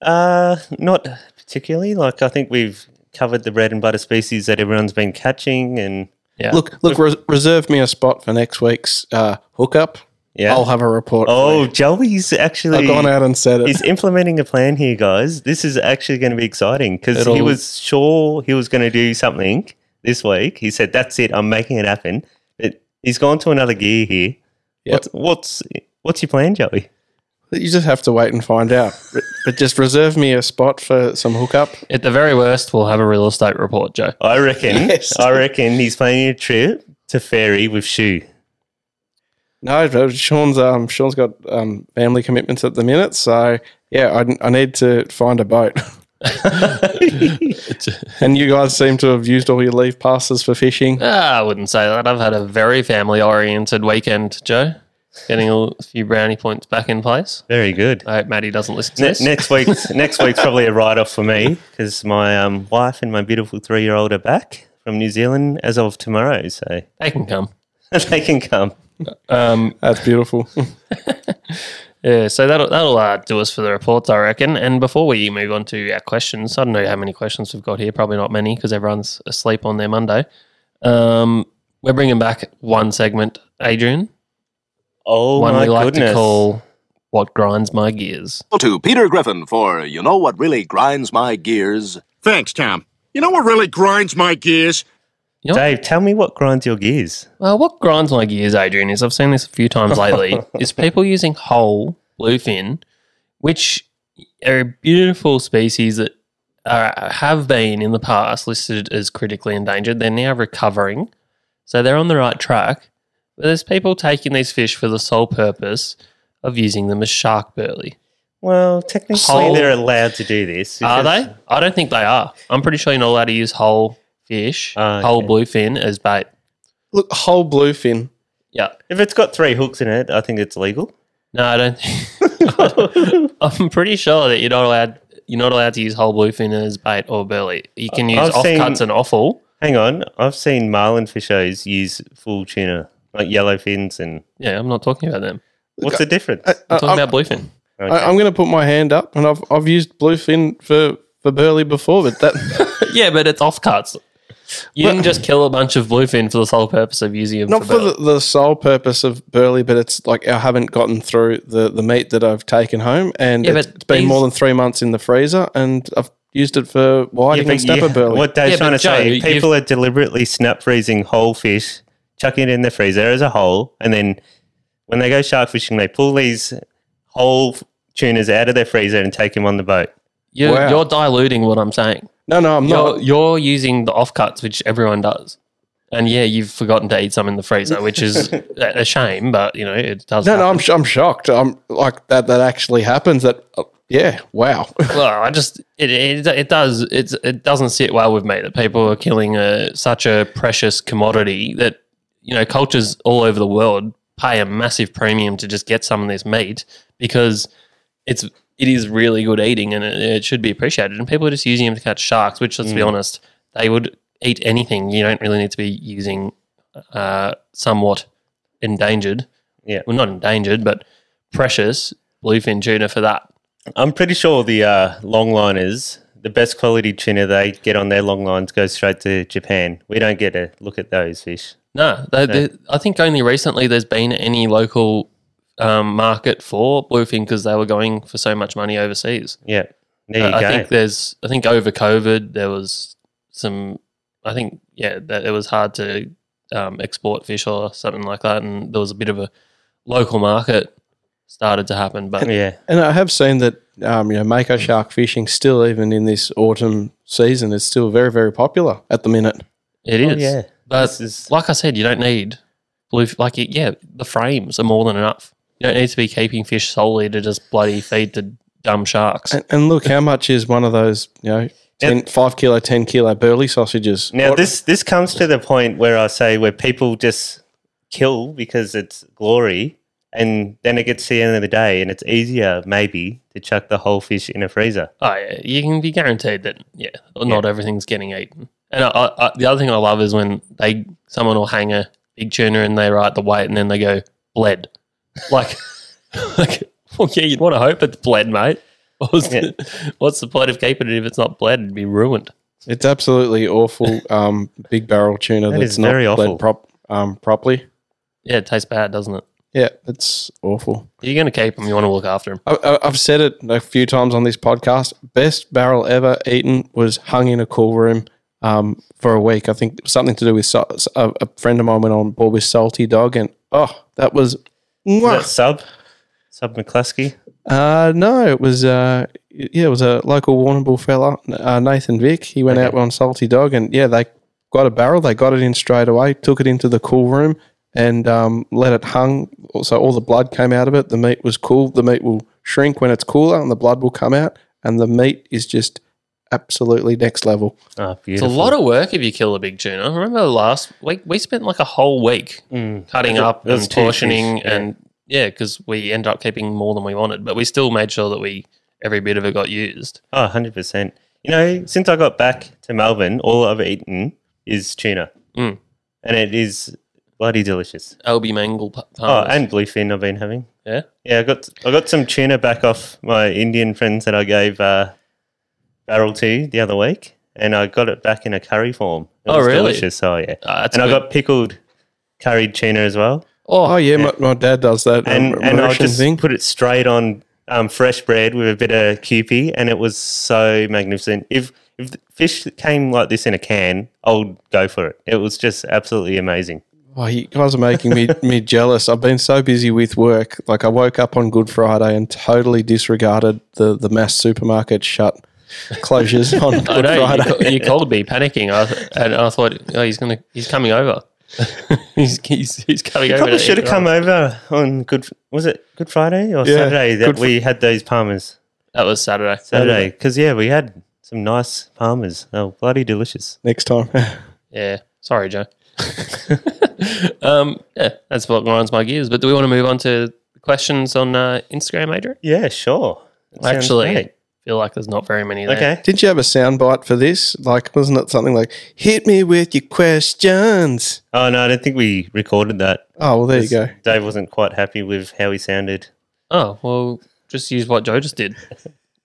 Uh, not particularly. Like I think we've covered the bread and butter species that everyone's been catching, and Yeah. Look, look, res- reserve me a spot for next week's uh, hookup. yeah. I'll have a report. oh, Joey's actually I've gone out and said it. he's implementing a plan here, guys. This is actually going to be exciting because he It'll- was sure he was going to do something this week. He said, "That's it, I'm making it happen." But he's gone to another gear here. Yep. What's what's what's your plan, Joey? You just have to wait and find out. But- but just reserve me a spot for some hookup. At the very worst, we'll have a real estate report, Joe. I reckon. Yes. I reckon he's planning a trip to Ferry with Shoe. No, but Sean's um, Sean's got um, family commitments at the minute, so yeah, I, I need to find a boat. and you guys seem to have used all your leave passes for fishing. Ah, I wouldn't say that. I've had a very family oriented weekend, Joe. Getting a few brownie points back in place. Very good. I hope Maddie doesn't listen to Ne- this. next week's next week's probably a write off for me because my um, wife and my beautiful three year old are back from New Zealand as of tomorrow, so They can come. they can come. Um, That's beautiful. yeah, so that'll, that'll uh, do us for the reports, I reckon. And before we move on to our questions, I don't know how many questions we've got here. Probably not many because everyone's asleep on their Monday. Um, we're bringing back one segment, Adrian. Oh One my we like goodness! to call What Grinds My Gears. to Peter Griffin for You Know What Really Grinds My Gears. Thanks, Tom. You know what really grinds my gears? Dave, tell me what grinds your gears. Well, what grinds my gears, Adrian, is I've seen this a few times lately, is people using whole bluefin, which are a beautiful species that are, have been in the past listed as critically endangered. They're now recovering, so they're on the right track. But there's people taking these fish for the sole purpose of using them as shark burley. Well, technically, Whole- they're allowed to do this. Are because- they? I don't think they are. I'm pretty sure you're not allowed to use whole fish, Ah, whole okay. bluefin as bait. Look, whole bluefin. Yeah. If it's got three hooks in it, I think it's legal. No, I don't. I'm pretty sure that you're not allowed. You're not allowed to use whole bluefin as bait or burley. You can use I've off seen- cuts and offal. Hang on, I've seen marlin fishers use full tuna, like yellow fins, and Yeah, I'm not talking about them. what's the difference? I'm talking I, about bluefin. Okay. I, I'm going to put my hand up, and I've I've used bluefin for for burley before, but that Yeah, but it's off cuts. You didn't just kill a bunch of bluefin for the sole purpose of using them Not for, for the, bait. the sole purpose of burley, but it's like I haven't gotten through the, the meat that I've taken home, and Yeah, it's but it's been these- more than three months in the freezer, and I've used it for whiting and but snapper you- burley. What Dave's Yeah, trying to but Joe, say, you've- people are deliberately snap freezing whole fish, chucking it in the freezer as a whole, and then when they go shark fishing, they pull these whole f- tunas out of their freezer and take them on the boat. You're, Wow. you're diluting what I'm saying. No, no, I'm You're, not. you're using the offcuts, which everyone does. And yeah, you've forgotten to eat some in the freezer, which is a a shame, but you know, it does. No, no, happen. I'm sh- I'm shocked. I'm like that that actually happens. That uh, yeah, wow. Well, I just it, it it does it's it doesn't sit well with me that people are killing a such a precious commodity that you know cultures all over the world pay a massive premium to just get some of this meat because it's it is really good eating and it, it should be appreciated and people are just using them to catch sharks which let's be honest they would eat anything you don't really need to be using uh, somewhat endangered Yeah. well not endangered but precious bluefin tuna for that I'm pretty sure the uh, longliners, the best quality tuna they get on their long lines goes straight to Japan. We don't get a look at those fish. No, they, they- I think only recently there's been any local um, market for bluefin because they were going for so much money overseas. Uh, Yeah, there you I go. think there's, I think over COVID there was some, I think yeah, that it was hard to um, export fish or something like that, and there was a bit of a local market started to happen. But yeah, And I have seen that um, you know mako shark fishing still even in this autumn season is still very very popular at the minute. it is, Oh, yeah. But This is- like I said, you don't need blue. Like it, yeah, the frames are more than enough. You don't need to be keeping fish solely to just bloody feed to dumb sharks. And, and look how much is one of those you know ten, five kilo ten kilo burley sausages. Now What- this this comes to the point where I say where people just kill because it's glory, and then it gets to the end of the day, and it's easier maybe to chuck the whole fish in a freezer. Oh, yeah. You can be guaranteed that, yeah, not everything's getting eaten. And I, I, I, the other thing I love is when they someone will hang a big tuna and they write the weight and then they go bled. Like, like well, yeah, you'd want to hope it's bled, mate. What was Yeah. the, what's the point of keeping it if it's not bled? It'd be ruined. It's absolutely awful. Um, big barrel tuna That that's is not very bled awful. prop um properly. Yeah, it tastes bad, doesn't it? Yeah, it's awful. If you're going to keep them, you want to look after them. I, I, I've said it a few times on this podcast. Best barrel ever eaten was hung in a cool room um, for a week. I think something to do with so, so- a, a friend of mine went on board with salty dog, and oh, that was. Is Mwah. that sub sub McCluskey? Uh, no, it was uh, yeah, it was a local Warrnambool fella, uh, Nathan Vick. He went out on Salty Dog, and yeah, they got a barrel. They got it in straight away, took it into the cool room, and um, let it hung. So all the blood came out of it. The meat was cool. The meat will shrink when it's cooler, and the blood will come out, and the meat is just absolutely next level. Oh, It's a beautiful. lot of work if you kill a big tuna. Remember last week we spent like a whole week Mm. cutting up That's and two portioning fish, yeah. and yeah, because we ended up keeping more than we wanted, but we still made sure that we every bit of it got used. Oh, 100 percent. You know, since I got back to Melbourne, all I've eaten is tuna, Mm. and it is bloody delicious. Albi mangle p- Oh, parmas. and bluefin I've been having. yeah, Yeah, I got I got some tuna back off my Indian friends that I gave uh, barrel to the other week, and I got it back in a curry form. It Oh, was really? Delicious. Oh, yeah. Uh, that's and I good. got pickled curried tuna as well, Oh, yeah, My, my dad does that. and um, and I Mauritian just put it straight on um, fresh bread with a bit of kewpie, and it was so magnificent. If if the fish came like this in a can, I'll go for it. It was just absolutely amazing. Oh, you guys are making me, me jealous. I've been so busy with work. Like I woke up on Good Friday and totally disregarded the, the mass supermarket shut closures on I Good know you, Friday. ca- you called me panicking, I, th- and I thought, oh, he's gonna, he's coming over. he's, he's he's coming over. Probably to should eat have come with us. over on good was it Good Friday or Yeah, Saturday that Good Fri- we had those palmers. That was Saturday. Saturday. Because, yeah, we had some nice palmers. They were bloody delicious. Next time. Yeah. Sorry, Joe. um, yeah, that's what grinds my gears. But do we want to move on to questions on uh, Instagram, Adrian? Yeah, sure. That sounds Actually, I great. feel like there's not very many there. Okay. Did you have a soundbite for this? Like, wasn't it something like "Hit me with your questions"? Oh, no, I don't think we recorded that. Oh, well, there you go. Dave wasn't quite happy with how he sounded. Oh, well, just use what Joe just did.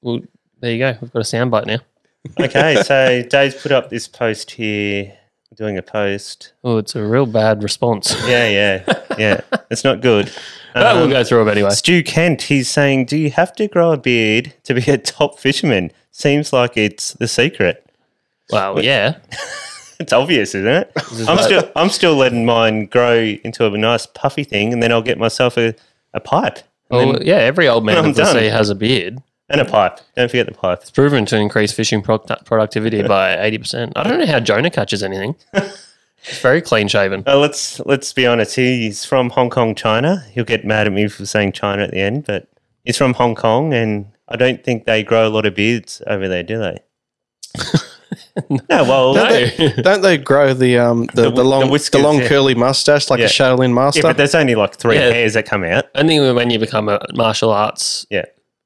Well, there you go. We've got a soundbite now. Okay, so Dave's put up this post here. doing a post. Oh, it's a real bad response. Yeah, yeah, yeah. It's not good. but we'll Um, go through it anyway. Stu Kent, he's saying, Do you have to grow a beard to be a top fisherman? Seems like it's the secret. Well, yeah. It's obvious, isn't it? I'm still I'm still letting mine grow into a nice puffy thing and then I'll get myself a, a pipe. And, Well, then- oh, yeah, every old man I'm of the done. sea has a beard. and a pipe. Don't forget the pipe. It's proven to increase fishing product- productivity by 80%. I don't know how Jonah catches anything. He's very clean shaven. Uh, let's let's be honest. He's from Hong Kong, China. He'll get mad at me for saying China at the end, but he's from Hong Kong, and I don't think they grow a lot of beards over there, do they? no, well, No. yeah, Don't they grow the um the, the, the long the, whiskers, long yeah. curly mustache like Yeah. a Shaolin master? but there's only like three Yeah. hairs that come out. Only when you become a martial arts Yeah,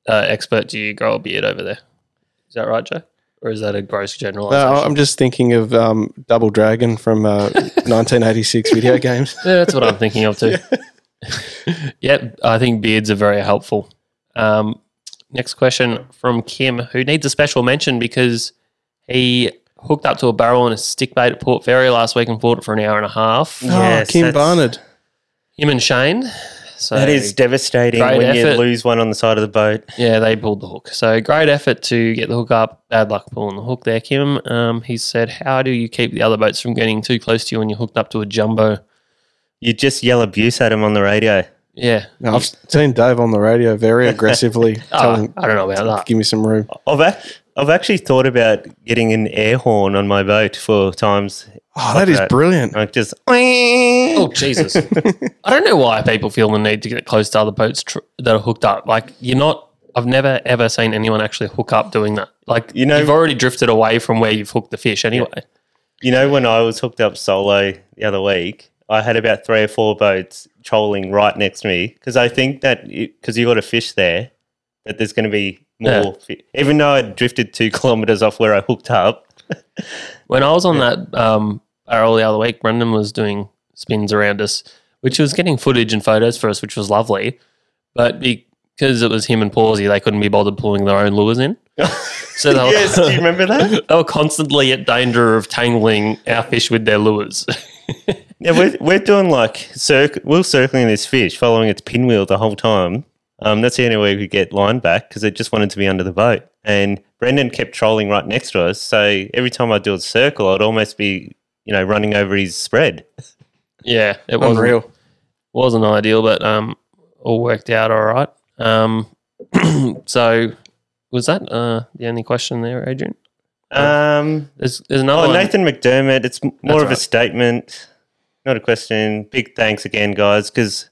uh, expert do you grow a beard over there. Is that right, Joe? Or is that a gross generalization? no, Uh, I'm just thinking of um, Double Dragon from uh, 1986 video games. Yeah, that's what I'm thinking of too. yep, I think beards are very helpful. Um, next question from Kim, who needs a special mention because he hooked up to a barrel and a stick bait at Port Fairy last week and fought it for an hour and a half. Yes, oh, Kim that's- Barnard. Him and Shane. So that is devastating Great when you effort. lose one on the side of the boat. yeah, they pulled the hook. So great effort to get the hook up. Bad luck pulling the hook there, Kim. Um, he said, "How do you keep the other boats from getting too close to you when you're hooked up to a jumbo?" You just yell abuse at him on the radio. Yeah, No, I've seen Dave on the radio very aggressively Ah, telling, I don't know Oh, about that. "Give me some room." I've ac- I've actually thought about getting an air horn on my boat for times. Oh, that is that. brilliant. Like just Oh Jesus! I don't know why people feel the need to get close to other boats tr- that are hooked up. Like you're not. I've never ever seen anyone actually hook up doing that. Like you You know, know- you've already drifted away from where you've hooked the fish anyway. You know, when I was hooked up solo the other week, I had about three or four boats trolling right next to me because I think that because you got a fish there, that there's going to be more. Yeah. Fi- Even though I drifted two kilometers off where I hooked up, When I was on that um, barrel the other week, Brendan was doing spins around us, which was getting footage and photos for us, which was lovely. But because it was him and Pawsey, they couldn't be bothered pulling their own lures in. So they were, yes, do you remember that? they were constantly at danger of tangling our fish with their lures. Yeah, we're, we're doing like circ- we're circling this fish, following its pinwheel the whole time. Um, that's the only way we could get line back because it just wanted to be under the boat. And Brendan kept trolling right next to us, so every time I do a circle, I'd almost be you know running over his spread. yeah, it was Unreal. wasn't ideal, but um, all worked out all right. Um, so was that uh the only question there, Adrian? Um, There's, there's another Oh, one. Nathan McDermott. It's m- more That's of right. a statement, not a question. Big thanks again, guys, because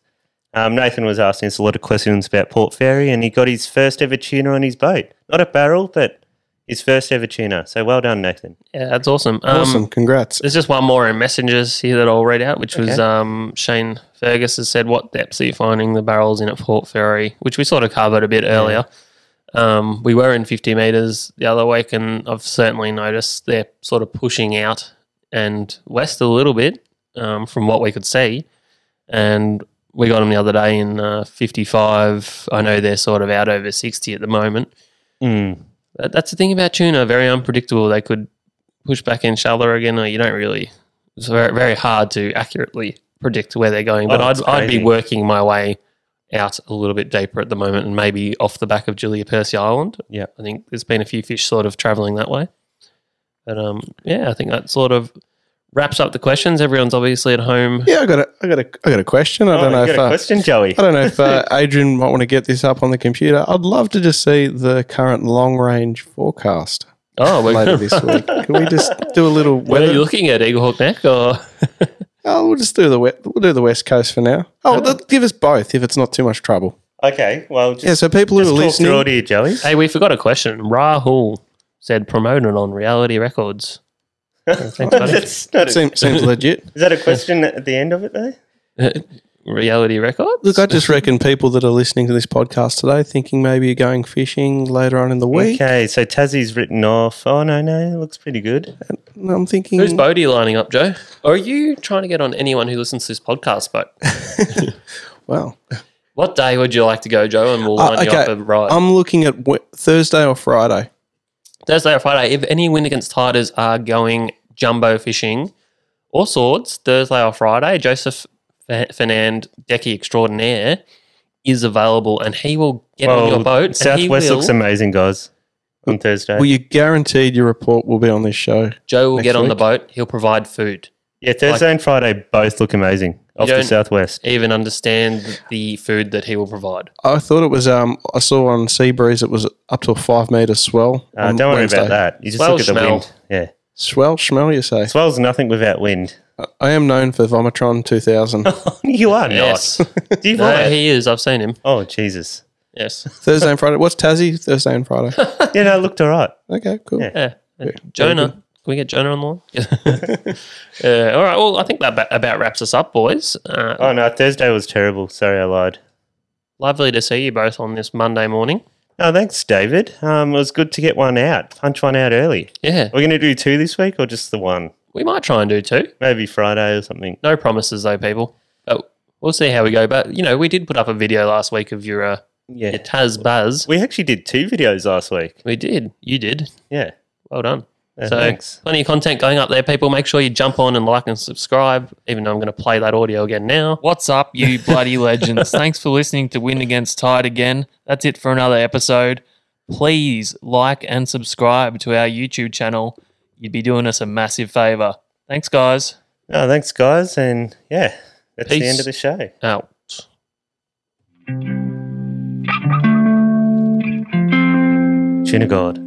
um, Nathan was asking us a lot of questions about Port Fairy, and he got his first ever tuna on his boat. Not a barrel, but his first ever tuna. So well done, Nathan. Yeah, that's awesome. Um, awesome. Congrats. There's just one more in messengers here that I'll read out, which was um, Shane Fergus has said, "What depths are you finding the barrels in at Port Ferry?" Which we sort of covered a bit earlier. Um, we were in 50 meters the other week, and I've certainly noticed they're sort of pushing out and west a little bit um, from what we could see. And we got them the other day in uh, 55. I know they're sort of out over 60 at the moment. Hmm. Oh, That- That's the thing about tuna, very unpredictable. They could push back in shallower again, or you don't really. It's very, very hard to accurately predict where they're going. But Oh, I'd, it's I'd be crazy. working my way out a little bit deeper at the moment and maybe off the back of Julia Percy Island. Yeah. I think there's been a few fish sort of traveling that way. But um, yeah, I think that sort of wraps up the questions. Everyone's obviously at home. Yeah, I got a, I got a, I got a question. I Oh, don't know you if got a uh, question, Joey. I don't know if uh, Adrian might want to get this up on the computer. I'd love to just see the current long range forecast Oh, we're later this week. Can we just do a little What are you weather? looking at, Eagle Hawk Neck? Or Oh, we'll just do the we- we'll do the West Coast for now. Oh, well, th- give us both if it's not too much trouble. Okay, well, just, Yeah, so people who just are talk listening, through it here, Joey. hey, we forgot a question. Rahul said promoted on Reality Records. Thanks, buddy. That's not a- seems, seems legit. is that a question at the end of it, though? Reality Records. Look, I just reckon people that are listening to this podcast today, thinking maybe you're going fishing later on in the week, Okay, so Tassie's written off. Oh, no, no, it looks pretty good. and I'm thinking, Who's Bodie lining up, Joe? Or are you trying to get on anyone who listens to this podcast? But well, what day would you like to go, Joe? And we'll Uh, line you okay. up a ride. I'm looking at we- Thursday or Friday. Thursday or Friday, if any Wind Against Tigers are going jumbo fishing, or Swords, Thursday or Friday, Joseph Fe- Fernand Decky Extraordinaire is available and he will get on your boat. and he Southwest will, looks amazing, guys. On Thursday, Well, you guaranteed your report will be on this show. Joe will next get on the week? boat. He'll provide food. yeah, Thursday and Friday both look amazing off You the don't- Southwest. Even understand the food that he will provide. I thought it was. Um, I saw on Seabreeze it was up to a five meter swell. Uh, on don't worry Wednesday. about that. You just Swell look at the smell. wind. Yeah, Swell, schmell, you say? swell's nothing without wind. I am known for Vomitron 2000. you are Yes. not. Do you No, vomit? he is. I've seen him. oh Jesus! Yes. Thursday and Friday. What's Tassie? Thursday and Friday. Yeah, no, it looked all right. Okay, cool. Yeah. Yeah. Jonah. Can we get Jonah on the line? uh, all right. Well, I think that ba- about wraps us up, boys. Uh, Oh no, Thursday was terrible. Sorry, I lied. Lovely to see you both on this Monday morning. Oh, thanks, David. Um, it was good to get one out, punch one out early. Yeah. Are we going to do two this week or just the one? We might try and do two. Maybe Friday or something. No promises, though, people. But we'll see how we go. But, you know, we did put up a video last week of your, uh, Yeah. your Taz Buzz. We actually did two videos last week. We did. You did. Yeah. Well done. Yeah, so, thanks. plenty of content going up there, people. Make sure you jump on and like and subscribe, even though I'm going to play that audio again now. What's up, you bloody legends? Thanks for listening to Win Against Tide again. That's it for another episode. Please like and subscribe to our YouTube channel. You'd be doing us a massive favor. Thanks, guys. Oh, thanks, guys. And yeah, that's the Peace. end of the show. Out. Tuna God.